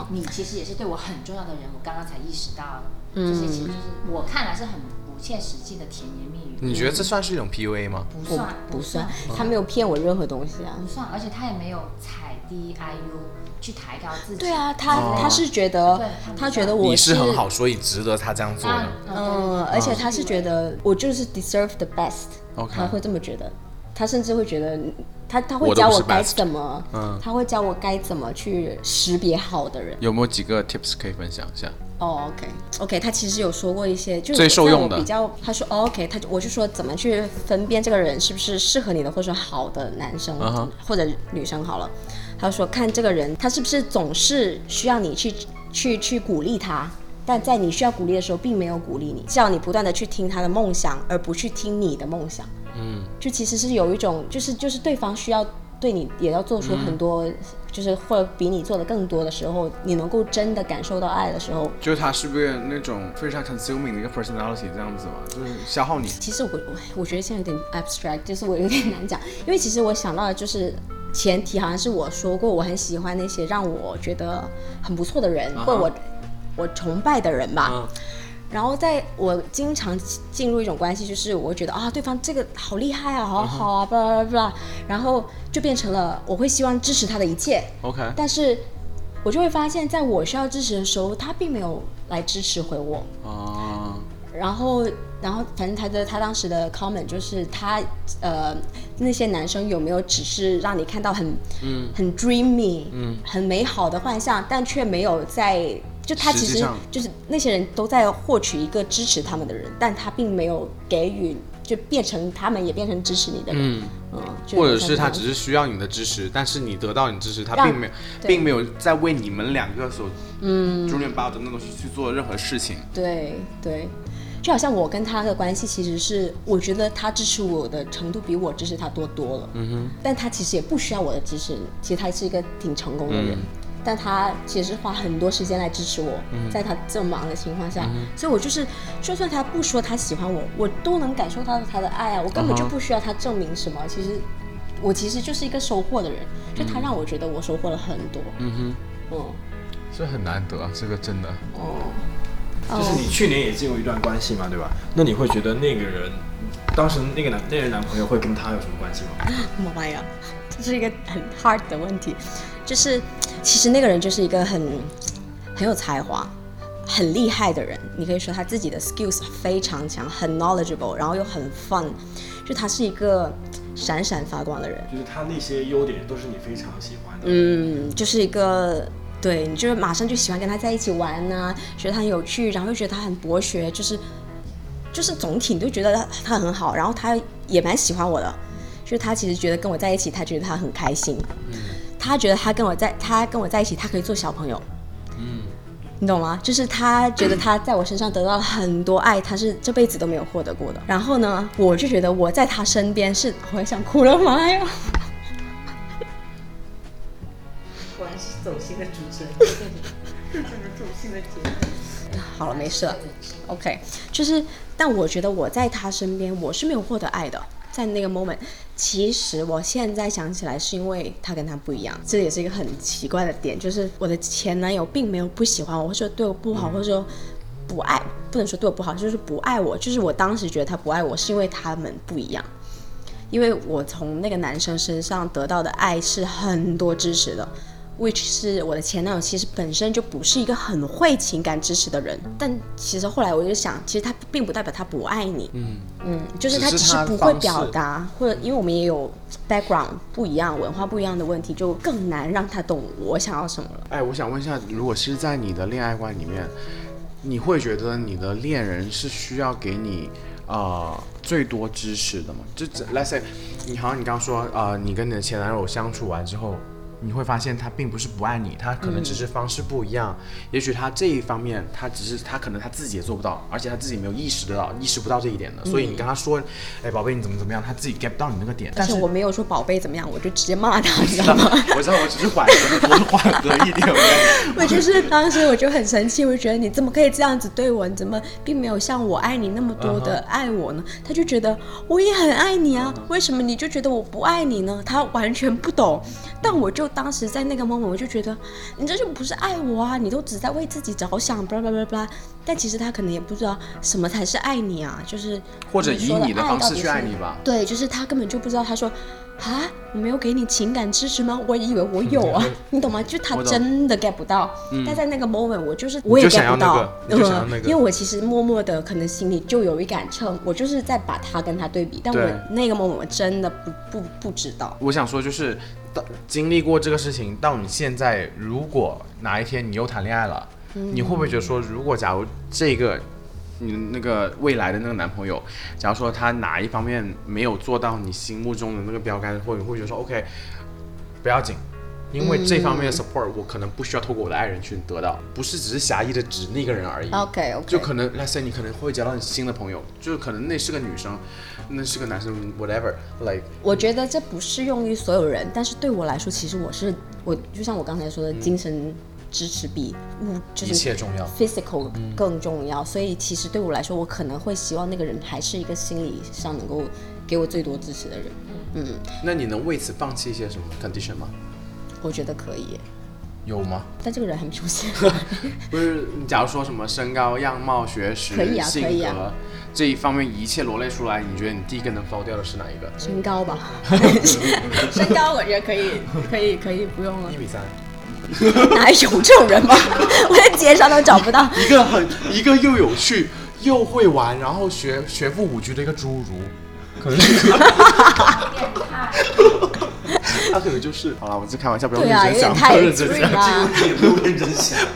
S3: 哦
S2: 你其实也是对我很重要的人，我刚刚才意识到了，
S3: 嗯
S2: 这些其实就是我看来是很不切实际的甜言蜜语，
S4: 你觉得这算是一种 PUA 吗？
S2: 不
S3: 哦哦
S2: 算，
S3: 不
S2: 算
S3: 算，，他没有骗我任何东西啊。
S2: 不算，而且他也没有踩低 IU 去抬高自己，
S3: 对，啊，他、他是觉得
S2: 对他，
S3: 他
S2: 们
S3: 觉得
S2: 算
S3: 我
S4: 你是很好，所以值得他这样做
S2: 当然
S4: 呢。，
S3: 嗯，而且他是觉得我就是 deserve the best，、
S8: OK
S3: 他会这么觉得，他甚至会觉得他他会
S8: 我的
S3: 教
S8: 不是
S3: 我该
S8: best 嗯
S3: 怎么，他会教我该怎么去识别好的人。
S8: 有没有几个 tips 可以分享一下？
S3: 哦、o k OK，他其实有说过一些，就是
S8: 最受用的
S3: 在我比较，他说、哦 OK，他就我就说怎么去分辨这个人是不是适合你的，或者说好的男生、
S8: 嗯哼
S3: 或者女生好了。他说看这个人他是不是总是需要你去去去鼓励他，但在你需要鼓励的时候，并没有鼓励你，叫你不断的去听他的梦想，而不去听你的梦想。嗯，就其实是有一种，就是就是对方需要。对你也要做出
S8: 嗯
S3: 很多，就是或者比你做的更多的时候，你能够真的感受到爱的时候，
S4: 就是他是不是那种非常 consuming 的一个 personality 这样子嘛？就是消耗你。
S3: 其实我我我觉得现在有点 abstract，就是我有点难讲，因为其实我想到的就是前提好像是我说过我很喜欢那些让我觉得很不错的人，或者我我崇拜的人吧。然后在我经常进入一种关系，就是我会觉得啊，对方这个好厉害啊，好好啊，巴拉巴拉，然后就变成了我会希望支持他的一切，
S8: OK，
S3: 但是我就会发现，在我需要支持的时候，他并没有来支持回我。
S8: 啊，
S3: 然后，然后，反正他的他当时的 comment 就是他呃，那些男生有没有只是让你看到很嗯很 dreamy 嗯很美好的幻象，但却没有在就他
S8: 实
S3: 其
S8: 际
S3: 实
S8: 上
S3: 就是那些人都在获取一个支持他们的人，但他并没有给予，就变成他们也变成支持你的人，嗯，就有
S4: 或者
S3: 点像
S4: 是
S3: 这
S4: 他
S3: 样
S4: 只是需要你的支持，但是你得到你支持，他
S3: 让
S4: 并没有，
S3: 对
S4: 并没有在为你们两个所嗯中间八的那东西去做任何事情。
S3: 对对，就好像我跟他的关系，其实是我觉得他支持我的程度比我支持他多多了。嗯哼，但他其实也不需要我的支持，其实他是一个挺成功的人。但他其实是花很多时间来支持我，在他这么忙的情况下，所以我就是，就算他不说他喜欢我，我都能感受到他的爱啊！我根本就不需要他证明什么。其实，我其实就是一个收获的人，就他让我觉得我收获了很多。嗯哼，嗯，
S8: 这很难得啊，这个真的。
S3: 哦，
S11: 就是你去年也进入一段关系嘛，对吧？那你会觉得那个人，当时那个男那个人男朋友会跟他有什么关系吗？
S3: *laughs* 妈呀，这是一个很 hard 的问题，就是其实那个人就是一个很很有才华、很厉害的人，你可以说他自己的 skills 非常强，很 knowledgeable，然后又很 fun，就他是一个闪闪发光的人，
S11: 就是他那些优点都是你非常喜欢的。
S3: 嗯，就是一个。对，你就是马上就喜欢跟他在一起玩呐、觉得他很有趣，然后又觉得他很博学，就是就是总体你就觉得他他很好，然后他也蛮喜欢我的，就是他其实觉得跟我在一起，他觉得他很开心，他觉得他跟我在他跟我在一起，他可以做小朋友，你懂吗？就是他觉得他在我身上得到了很多爱，他是这辈子都没有获得过的。然后呢，我就觉得我在他身边是，我也想哭了，哎妈呀！
S10: 果然是走心的主持人，这是走心的节目。
S3: 好了，没事了。OK，就是，但我觉得我在他身边，我是没有获得爱的。在那个 moment，其实我现在想起来，是因为他跟他不一样，这也是一个很奇怪的点，就是我的前男友并没有不喜欢我，或者说对我不好，或者说不爱，不能说对我不好，就是不爱我。就是我当时觉得他不爱我，是因为他们不一样。因为我从那个男生身上得到的爱是很多支持的， which 是我的前男友，其实本身就不是一个很会情感支持的人，但其实后来我就想，其实他并不代表他不爱你，嗯就是他
S8: 只
S3: 只
S8: 是
S3: 是
S8: 他
S3: 不
S8: 方
S3: 会
S8: 式
S3: 表达，或者因为我们也有 background 不一样、文化不一样的问题，就更难让他懂我想要什么了。
S4: 哎，我想问一下，如果是在你的恋爱观里面，你会觉得你的恋人是需要给你呃最多支持的吗？就只 let's say，你好像你刚刚说呃，你跟你的前男友相处完之后，你会发现他并不是不爱你，他可能只是方式不一样，也许他这一方面他只是他可能他自己也做不到，而且他自己没有意识得到意识不到这一点的，所以你跟他说，哎，宝贝你怎么怎么样，他自己 get 不到你那个点，
S3: 而
S4: 但
S3: 且
S4: 是
S3: 我没有说宝贝怎么样，我就直接骂他，你知道吗？
S4: *laughs* 我知道我只是缓和，我是缓和一点。
S3: *laughs* 我就是当时我就很生气，我就觉得你怎么可以这样子对我？你怎么并没有像我爱你那么多
S4: 嗯
S3: 的爱我呢？他就觉得我也很爱你啊，为什么你就觉得我不爱你呢？他完全不懂。但我就当时在那个 moment，我就觉得你这就不是爱我啊，你都只在为自己着想，巴拉巴拉巴拉。但其实他可能也不知道什么才是爱你啊，就是
S4: 或者以
S3: 说
S4: 你的方
S3: 到
S4: 式
S3: 底
S4: 去
S3: 是
S4: 爱你吧。
S3: 对，就是他根本就不知道，他说啊，我没有给你情感支持吗？我以为我有啊， *laughs* 你懂吗？就他
S4: 嗯我懂嗯
S3: 真的 get 不到，但在那个 moment 我就是
S4: 就
S3: 我也
S4: 想
S3: get
S4: 要
S3: 不
S4: 那
S3: 到
S4: 个，你就想要那个
S3: *laughs* 因为我其实默默的可能心里就有一杆秤，我就是在把他跟他对比，但我
S4: 对
S3: 那个 moment 我真的不不不知道，
S4: 我想说就是，到经历过这个事情，到你现在，如果哪一天你又谈恋爱了，你会不会觉得
S3: 嗯
S4: 说，如果假如这个你那个未来的那个男朋友，假如说他哪一方面没有做到你心目中的那个标杆，或者会觉得说，OK，不要紧。因为这方
S3: 嗯
S4: 面的 support，、我可能不需要透过我的爱人去得到，不是只是狭义的指那个人而已。
S3: OK，OK
S4: 就可能，let's say 你可能会交到你新的朋友，就是可能那是个女生，那是个男生，whatever，like
S3: 我觉得这不适用于所有人，但是对我来说，其实我是我就像我刚才说的，精神支持比物就是
S4: 嗯一切重要。嗯
S3: physical 更重要，所以其实对我来说，我可能会希望那个人还是一个心理上能够给我最多支持的人。嗯，
S4: 那你能为此放弃一些什么 condition 吗？
S3: 我觉得可以耶，
S4: 有吗？
S3: 但这个人还没出
S4: *laughs*
S3: 现。
S4: 不是，你假如说什么身高、样貌、学识、
S3: 可以啊可
S4: 性
S3: 以
S4: 格、
S3: 啊
S4: 这一方面一切罗列出来，你觉得你第一个能抛掉的是哪一个？
S3: 身高
S4: *laughs*
S3: 吧，身高我觉得可以，可以，可以不用了
S4: 一。米三，
S3: 哪有这种人吗？ *laughs* 我在街上都找不到。
S4: 一个很一个又有趣又会玩，然后学学富五车的一个侏儒，可能是他可能就是好了，我这开玩笑，不用
S3: 对
S4: 认
S3: 啊，有
S4: 真
S3: 点
S4: 想，不
S3: 太啊
S4: 用认真
S3: extreme
S4: 想，
S3: *laughs* 啦。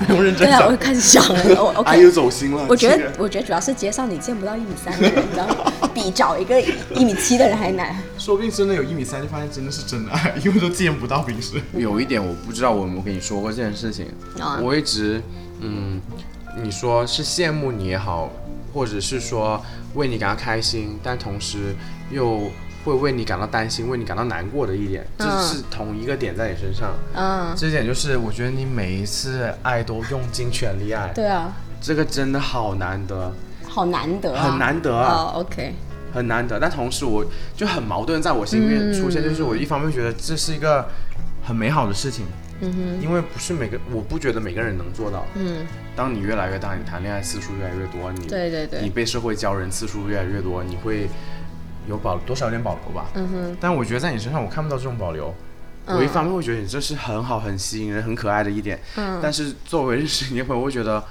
S4: 不用认
S3: 对
S4: 真
S3: 啊，我
S4: 想
S3: 就，开始想了。我
S4: 哎
S3: OK，
S4: 呦走心了。
S3: 我觉
S4: 这
S3: 得
S4: 个，
S3: 我觉得主要是街上你见不到一米三的人，你知道吗？比找一个一米七的人还难。
S4: 说不定真的有一米三，就发现真的 *laughs* 是真爱，因为都见不到平时。有一点我不知道我有没有跟你说过这件事情，
S3: 啊
S4: 我一直，嗯，你说是羡慕你也好，或者是说为你感到开心，但同时又会为你感到担心，为你感到难过的一点，这
S3: 嗯
S4: 是同一个点在你身上。
S3: 嗯，
S4: 这一点就是我觉得你每一次爱都用尽全力爱，
S3: 对啊，
S4: 这个真的好难得，
S3: 好难得啊，
S4: 很难得啊。
S3: 哦，OK，
S4: 很难得，但同时我就很矛盾，在我心里面出现，就是我一方面觉得这是一个很美好的事情，嗯哼，因为不是每个，我不觉得每个人能做到，嗯，当你越来越大，你谈恋爱次数越来越多，你
S3: 对对对
S4: 你被社会交人次数越来越多，你会有保多少有点保留吧，嗯哼，嗯但我觉得在你身上我看不到这种保留。我一方面会觉得你这是很好、很吸引人、很可爱的一点，嗯、但是作为认识你的朋友，我会觉得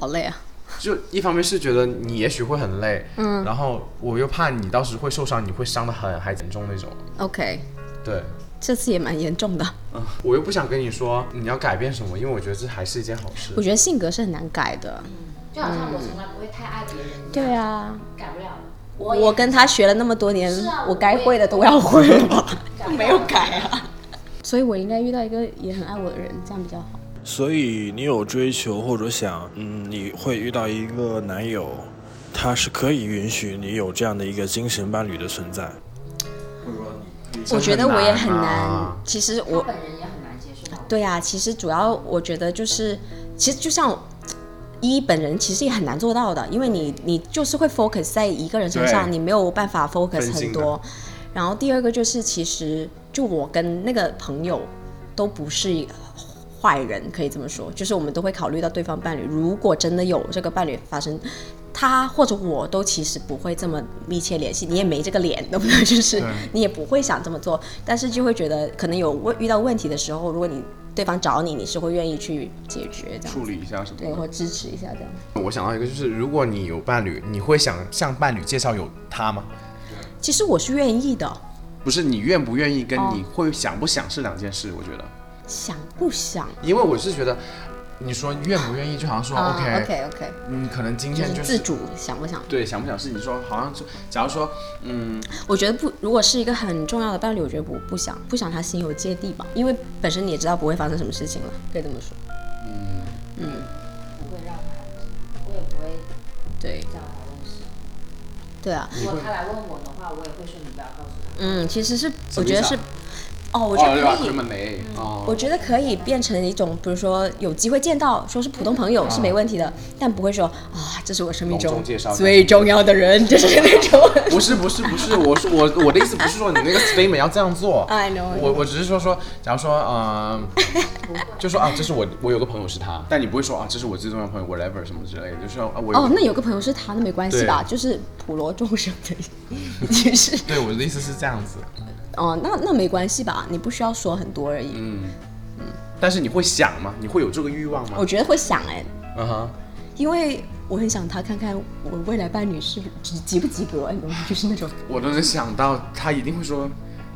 S3: 好累啊。
S4: 就一方面是觉得你也许会很累，嗯，然后我又怕你到时会受伤，你会伤得很还严重那种，
S3: OK，
S4: 对，
S3: 这次也蛮严重的。
S4: 嗯，我又不想跟你说你要改变什么，因为我觉得这还是一件好事
S3: 我。觉得性格是很难改的。
S2: 就好像我从来不会太爱别人一样，
S3: 对啊，
S2: 改不了。我也
S3: 我跟他学了那么多年
S2: 是啊，
S3: 我该会的都要会了吧， *laughs* 没有改啊。所以我应该遇到一个也很爱我的人，这样比较好。
S11: 所以你有追求或者想，嗯，你会遇到一个男友，他是可以允许你有这样的一个精神伴侣的存在。
S3: 我觉得我也很
S4: 很难
S3: 难
S4: 啊。
S3: 其实
S2: 我
S3: 我，
S2: 本人也很难接受到。
S3: 对啊，其实主要我觉得就是，其实就像。呃一本人其实也很难做到的，因为你你就是会 focus 在一个人身上，
S4: 对
S3: 你没有办法
S4: 分
S3: focus
S4: 心
S3: 很
S4: 的
S3: 多。然后第二个就是，其实就我跟那个朋友都不是坏人，可以这么说，就是我们都会考虑到对方伴侣，如果真的有这个伴侣发生。他或者我都其实不会这么密切联系，你也没这个脸，对不对？ *laughs* 就是你也不会想这么做，但是就会觉得可能有问遇到问题的时候，如果你对方找你，你是会愿意去解决这样
S8: 处
S3: 子，
S8: 理一下什么
S3: 对，
S8: 的。
S3: 或支持一下这样。
S4: 我想到一个，就是如果你有伴侣，你会想向伴侣介绍有他吗？
S3: 其实我是愿意的，
S8: 不是你愿不愿意，跟
S3: 哦
S8: 你会想不想是两件事，我觉得。
S3: 想不想
S4: 因为我是觉得，你说愿不愿意，就好像说、
S3: 啊
S4: 哦 OK，,
S3: OK OK，
S4: 嗯，可能今
S3: 就
S4: 天
S3: 是
S4: 就
S3: 自
S4: 是
S3: 主想不想？
S8: 对，想不想是你说，好像是，假如说，嗯，
S3: 我觉得不，如果是一个很重要的伴侣，我觉得不不想不想他心有芥蒂吧，因为本身你也知道不会发生什么事情了，可以这么说。
S2: 不会让他，我也不会
S3: 对
S2: 叫他认识。
S3: 对啊，
S2: 如果他来问我的话，我也会说你不要告诉他。
S3: 嗯，其实是
S8: 什
S3: 我
S8: 么意
S3: 觉
S8: 思啊
S3: 得是，哦，我
S8: 我
S3: 觉得可
S8: 吧？
S3: 以
S8: 这么雷哦，
S3: 我觉得可以变成一种，比如说有机会见到，说是普通朋友是没问题的，但不会说啊，这是我生命
S8: 隆
S3: 中
S8: 重啊介绍
S3: 最重要的人，就是那
S8: *laughs*
S3: 种。
S4: 不是不是不是，我说我我的意思不是说你那个 statement 要这样做
S3: I know.
S4: 我我只是说说，假如说嗯、 *laughs* 就说啊，这是我我有个朋友是他，但你不会说啊，这是我最重要的朋友，whatever 什么之类的，就是说啊我有
S3: 哦，那有个朋友是他，那没关系吧，
S4: 对
S3: 就是普罗众生的，其实
S4: 对我的意思是这样子，
S3: 哦，那那没关系吧，你不需要说很多而已。
S8: 嗯但是你会想吗？你会有这个欲望吗？
S3: 我觉得会想哎、
S8: 嗯哼，
S3: 因为我很想他看看我未来伴侣是不及及不及格，你懂吗？就是那种
S8: 我都能想到，他一定会说，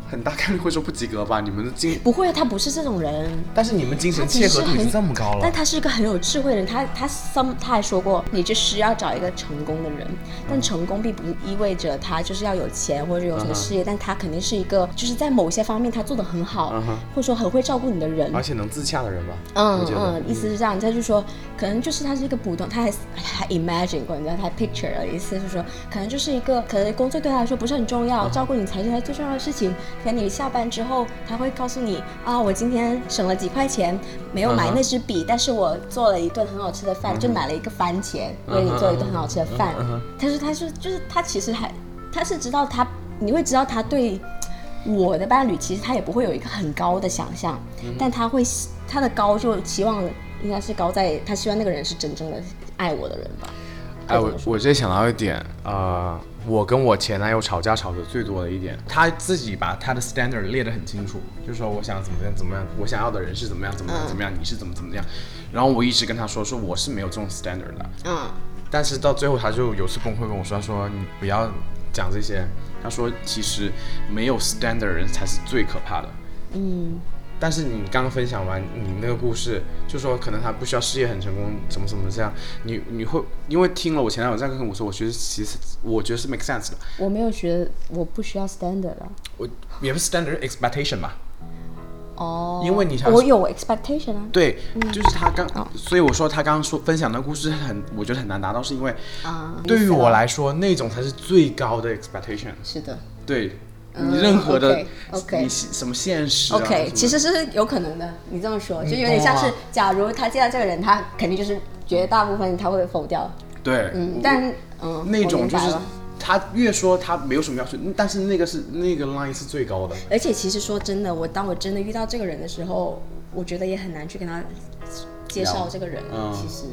S8: 很大概率会说不及格吧？你们的精，
S3: 不会，他不是这种人。
S4: 但是你们精神契合度已经这么高
S3: 但
S4: 了，
S3: 他是一个很有智慧的人，他他 some 他还说过，你就是要找一个成功的人，但成功并不意味着他就是要有钱或者有什
S4: 啊
S3: 么事业，但他肯定是一个就是在某些方面他做的很好，
S4: 啊
S8: 哼
S3: 或者说很会照顾你的人。
S4: 而且能自洽的人吧，
S3: 嗯
S4: 我觉得
S3: 嗯，意思是这样，他就说，可能就是他是一个普通，他还还 imagine 过，你知道他 picture 的意思是说，可能就是一个，可能工作对他来说不是很重要，
S4: 哦
S3: 照顾你才是他最重要的事情。可能你下班之后，他会告诉你啊，我今天省了几块钱，没
S4: 嗯
S3: 有买那支笔，但是我做了一顿很好吃的饭，就买了一个番茄，为你做了一顿很好吃的饭。
S4: 嗯
S3: 但是他说，就是他其实还，他是知道他，你会知道他对。我的伴侣其实他也不会有一个很高的想象，
S4: 嗯
S3: 但他会他的高就期望应该是高在他希望那个人是真正的爱我的人吧。
S4: 哎，我我这想到一点，呃，我跟我前男友吵架吵得最多的一点，他自己把他的 standard 列得很清楚，就是说我想怎么样怎么样，我想要的人是怎么样怎么样怎么样，你是怎么怎么样，然后我一直跟他说说我是没有这种 standard 的，
S3: 嗯，
S4: 但是到最后他就有次崩溃跟我说，他说你不要讲这些，他说其实没有 standard 人才是最可怕的，但是你刚刚分享完你那个故事，就说可能他不需要事业很成功，什么什么这样，你你会因为听了我前男友这样跟我说，我觉得其实我觉得是 make sense 的，
S3: 我没有觉得我不需要 standard 啊了。
S4: 我也不是 standard expectation 吧，
S3: 哦
S4: 因为你想
S3: 我有 expectation 啊。
S4: 对，就是他刚，所以我说他刚刚说分享那故事很，我觉得很难达到，是因为
S3: 啊，
S4: 对于
S3: 意思了
S4: 我来说那种才是最高的 expectation，
S3: 是的。
S4: 对，
S3: 嗯
S4: 你任何的
S3: OK，OK
S4: 你什么现实啊
S3: OK，
S4: 什么
S3: 其实是有可能的。你这么说，就有点
S4: 懂
S3: 像
S4: 啊
S3: 是，假如他见到这个人，他肯定就是绝大部分他会否掉。
S4: 对，
S3: 嗯
S4: 我，
S3: 但嗯，
S4: 那
S3: 我
S4: 种
S3: 明
S4: 就
S3: 白
S4: 是
S3: 了
S4: 他越说他没有什么要求，嗯但是那个是那个 line 是最高的。
S3: 而且其实说真的，我当我真的遇到这个人的时候，我觉得也很难去跟他介绍这个人。啊
S4: 嗯
S3: 其实，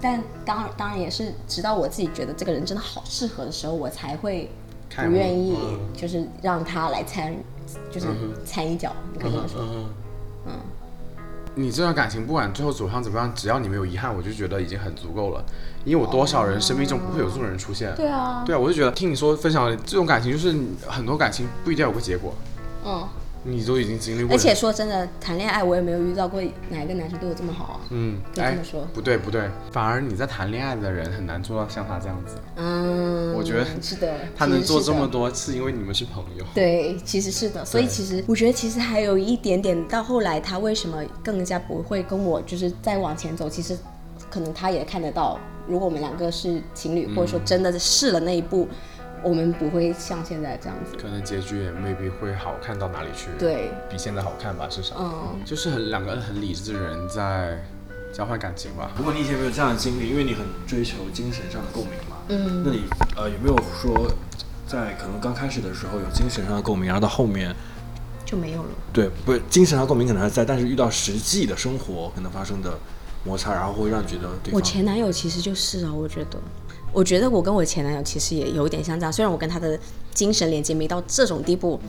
S3: 但当当然也是，直到我自己觉得这个人真的好适合的时候，我才会不
S4: 看我嗯
S3: 愿意，就是让他来参，就是参一脚。你可以这么
S4: 嗯
S3: 说。嗯
S4: 你这段感情不管最后走向怎么样，只要你没有遗憾，我就觉得已经很足够了。因为我多少人生命中不会有这种人出现。
S3: 对啊，
S4: 对啊，我就觉得听你说分享的这种感情，就是你很多感情不一定要有个结果，
S3: 嗯。
S4: 你都已经经历过了。
S3: 而且说真的，谈恋爱我也没有遇到过哪一个男生对我这么好啊。
S4: 嗯，
S3: 可以这
S4: 哎
S3: 么说，
S4: 不对不对，反而你在谈恋爱的人很难做到像他这样子。
S3: 嗯，
S4: 我觉得
S3: 是的，
S4: 他
S3: 其实
S4: 能做
S3: 是
S4: 这
S3: 的
S4: 么多，是因为你们是朋友。
S3: 对，其实是的，所以其实我觉得其实还有一点点，到后来他为什么更加不会跟我就是再往前走，其实可能他也看得到，如果我们两个是情侣，或者说真的试了那一步，我们不会像现在这样子。
S4: 可能结局也未必会好看到哪里去。，
S3: 对，
S4: 比现在好看吧，至少。
S3: 嗯，
S4: 就是很两个很理智的人在交换感情吧。
S12: 如果你以前没有这样的经历，因为你很追求精神上的共鸣嘛，嗯，那你呃有没有说，在可能刚开始的时候有精神上的共鸣，然后到后面，
S3: 就没有了。
S12: 对，不是精神上的共鸣可能还在，但是遇到实际的生活可能发生的摩擦，然后会让你觉得对
S3: 我
S12: 方
S3: 前男友其实就是啊，我觉得我觉得我跟我前男友其实也有一点像这样，虽然我跟他的精神连接没到这种地步，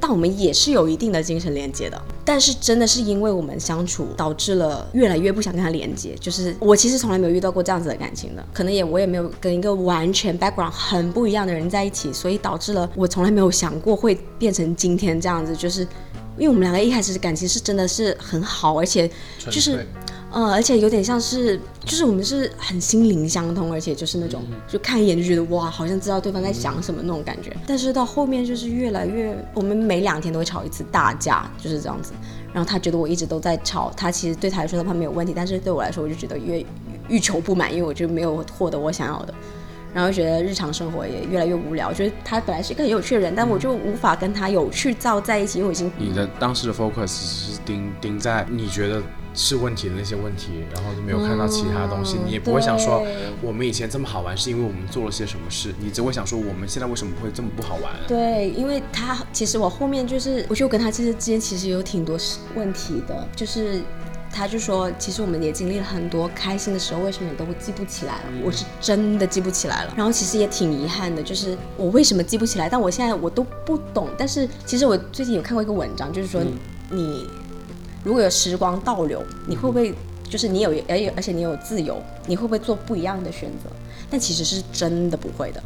S3: 但我们也是有一定的精神连接的。但是真的是因为我们相处，导致了越来越不想跟他连接。就是我其实从来没有遇到过这样子的感情的，可能也我也没有跟一个完全 background 很不一样的人在一起，所以导致了我从来没有想过会变成今天这样子，就是。因为我们两个一开始感情是真的是很好，而且就是，呃，而且有点像是，就是我们是很心灵相通，而且就是那种、就看一眼就觉得哇，好像知道对方在想什么那种感觉。但是到后面就是越来越，我们每两天都会吵一次大架，就是这样子。然后他觉得我一直都在吵，他其实对他来说他没有问题，但是对我来说我就觉得越欲求不满，因为我就没有获得我想要的。然后觉得日常生活也越来越无聊，觉得他本来是一个很有趣的人，但我就无法跟他有趣造在一起，因为我已经
S4: 你的当时的 focus 只是盯盯在你觉得是问题的那些问题，然后就没有看到其他东西，你也不会想说
S3: 嗯对
S4: 我们以前这么好玩是因为我们做了些什么事，你只会想说我们现在为什么会这么不好玩。
S3: 对，因为他其实我后面就是，我就跟他其实之间其实有挺多事问题的，就是他就说，其实我们也经历了很多开心的时候，为什么你都记不起来了？我是真的记不起来了。然后其实也挺遗憾的，就是我为什么记不起来？但我现在我都不懂。但是其实我最近有看过一个文章，就是说你如果有时光倒流，你会不会就是你有而且而且你有自由，你会不会做不一样的选择？但其实是真的不会的。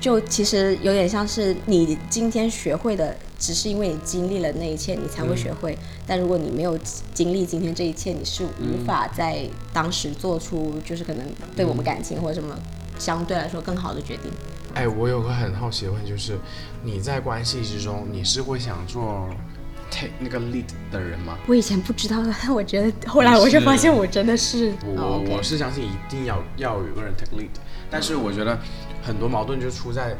S3: 就其实有点像是你今天学会的，只是因为你经历了那一切，你才会学会。但如果你没有经历今天这一切，你是无法在当时做出就是可能对我们感情或者什么相对来说更好的决定。
S4: 哎，我有个很好奇的问题，就是你在关系之中，你是会想做 take 那个 lead 的人吗？
S3: 我以前不知道的，但我觉得后来我就发现我真的是，
S4: 我、
S3: 哦，OK
S4: 我是相信一定要要有一个人 take lead，但是我觉得很多矛盾就出在，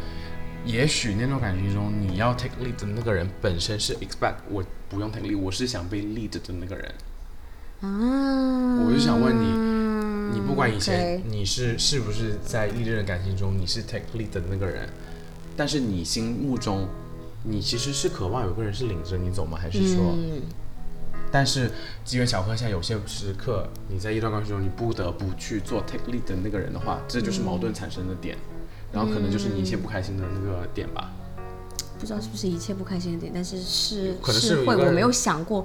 S4: 也许那种感情中，你要 take lead 的那个人本身是 expect 我不用 take lead，我是想被 lead 的那个人。
S3: 啊，
S4: 我就想问你，你不管以
S3: 嗯
S4: 前
S3: OK
S4: 你是是不是在历任的感情中你是 take lead 的那个人，但是你心目中，你其实是渴望有个人是领着你走吗？还是说，
S3: 嗯
S4: 但是机缘巧合下，有些时刻你在一段关系中你不得不去做 take lead 的那个人的话，这就是
S3: 嗯
S4: 矛盾产生的点，然后可能就是你一些不开心的那个点吧。
S3: 不知道是不是一切不开心的点，但是是
S4: 可能是嗯有一
S3: 会，
S4: 个
S3: 我没有想过，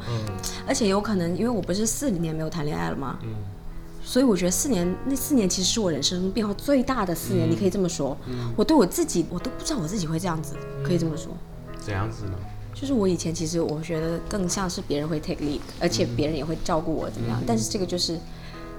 S3: 而且有可能因为我不是四年没有谈恋爱了嘛，
S4: 嗯
S3: 所以我觉得四年那四年其实是我人生变化最大的四年，
S4: 嗯
S3: 你可以这么说，我对我自己我都不知道我自己会这样子，可以这么说。
S4: 怎样子呢？
S3: 就是我以前其实我觉得更像是别人会 take lead，而且别人也会照顾我怎么样，但是这个就是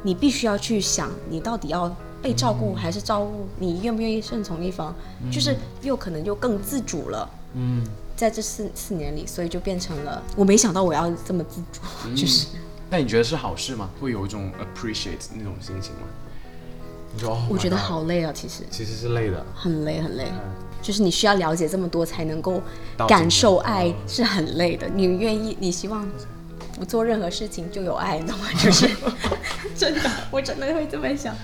S3: 你必须要去想，你到底要被照顾还是照顾，你愿不愿意顺从一方，就是又可能又更自主了。嗯，在这四四年里，所以就变成了我没想到我要这么自主，就是
S4: 那你觉得是好事吗？会有一种 appreciate 那种心情吗？你说，哦
S3: 我
S4: my
S3: 觉得
S4: God，
S3: 好累啊，其实
S4: 其实是累的。
S3: 很累很累。就是你需要了解这么多才能够
S4: 到
S3: 感
S4: 今
S3: 受爱是很累的，你愿意，你希望不做任何事情就有爱，你 *laughs* 懂吗？就是真的，我真的会这么想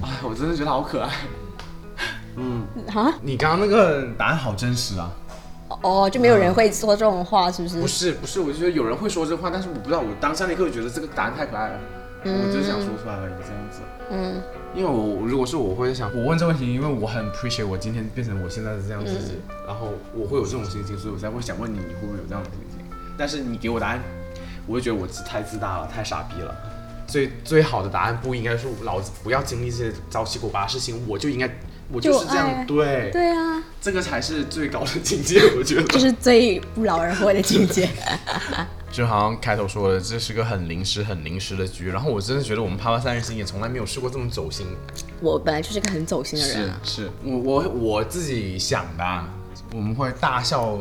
S4: 哎， *laughs* 我真的觉得好可爱。
S3: 啊！
S4: 嗯你刚刚那个答案好真实啊！
S3: 哦，就没有人会说这种话，是不是？
S4: 不是不是，我就觉得有人会说这话，但是我不知道，我当下那一刻就觉得这个答案太可爱了，我就想说出来而已，这样子。
S3: 嗯，
S4: 因为我如果是我会想，我问这个问题，因为我很 appreciate 我今天变成我现在的这样自
S3: 嗯
S4: 己，然后我会有这种心情，所以我才会想问你，你会不会有这样的心情？但是你给我答案，我就觉得我自太自大了，太傻逼了。最最好的答案不应该是老子不要经历这些糟七狗八的事情，我就应该我就是这
S3: 就爱
S4: 样，对，
S3: 对啊，
S4: 这个才是最高的境界，我觉得。
S3: 就是最不劳而获的境 *laughs* 界。
S4: 就好像开头说的，这是个很临时、很临时的局。然后我真的觉得我们啪啪三人行也从来没有试过这么走心。
S3: 我本来就是个很走心的人啊，
S4: 是，我我我自己想的啊，我们会大笑。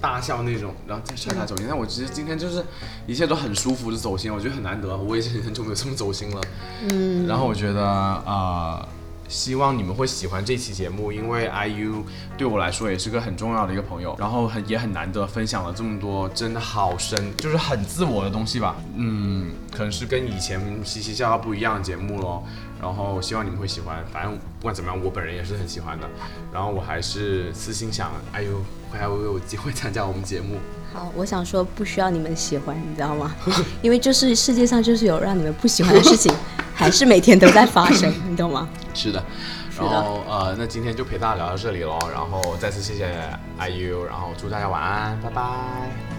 S4: 大笑那种，然后再笑他走心。但我其实今天就是一切都很舒服的走心，我觉得很难得，我也是很久没有这么走心了。嗯。然后我觉得啊、呃希望你们会喜欢这期节目，因为 IU 对我来说也是个很重要的一个朋友，然后很也很难得分享了这么多真的好深，就是很自我的东西吧。嗯，可能是跟以前嘻嘻笑笑不一样的节目咯。然后希望你们会喜欢，反正不管怎么样，我本人也是很喜欢的。然后我还是私心想，IU 哎会还会有机会参加我们节目。
S3: 好，我想 *laughs* 说不需要你们喜欢，你知道吗？因为就是世界上就是有让你们不喜欢的事情，还是每天都在发生，你懂吗？
S4: 是的，
S3: 是的
S4: 然后呃，那今天就陪大家聊到这里喽，然后再次谢谢 IU，然后祝大家晚安，拜拜。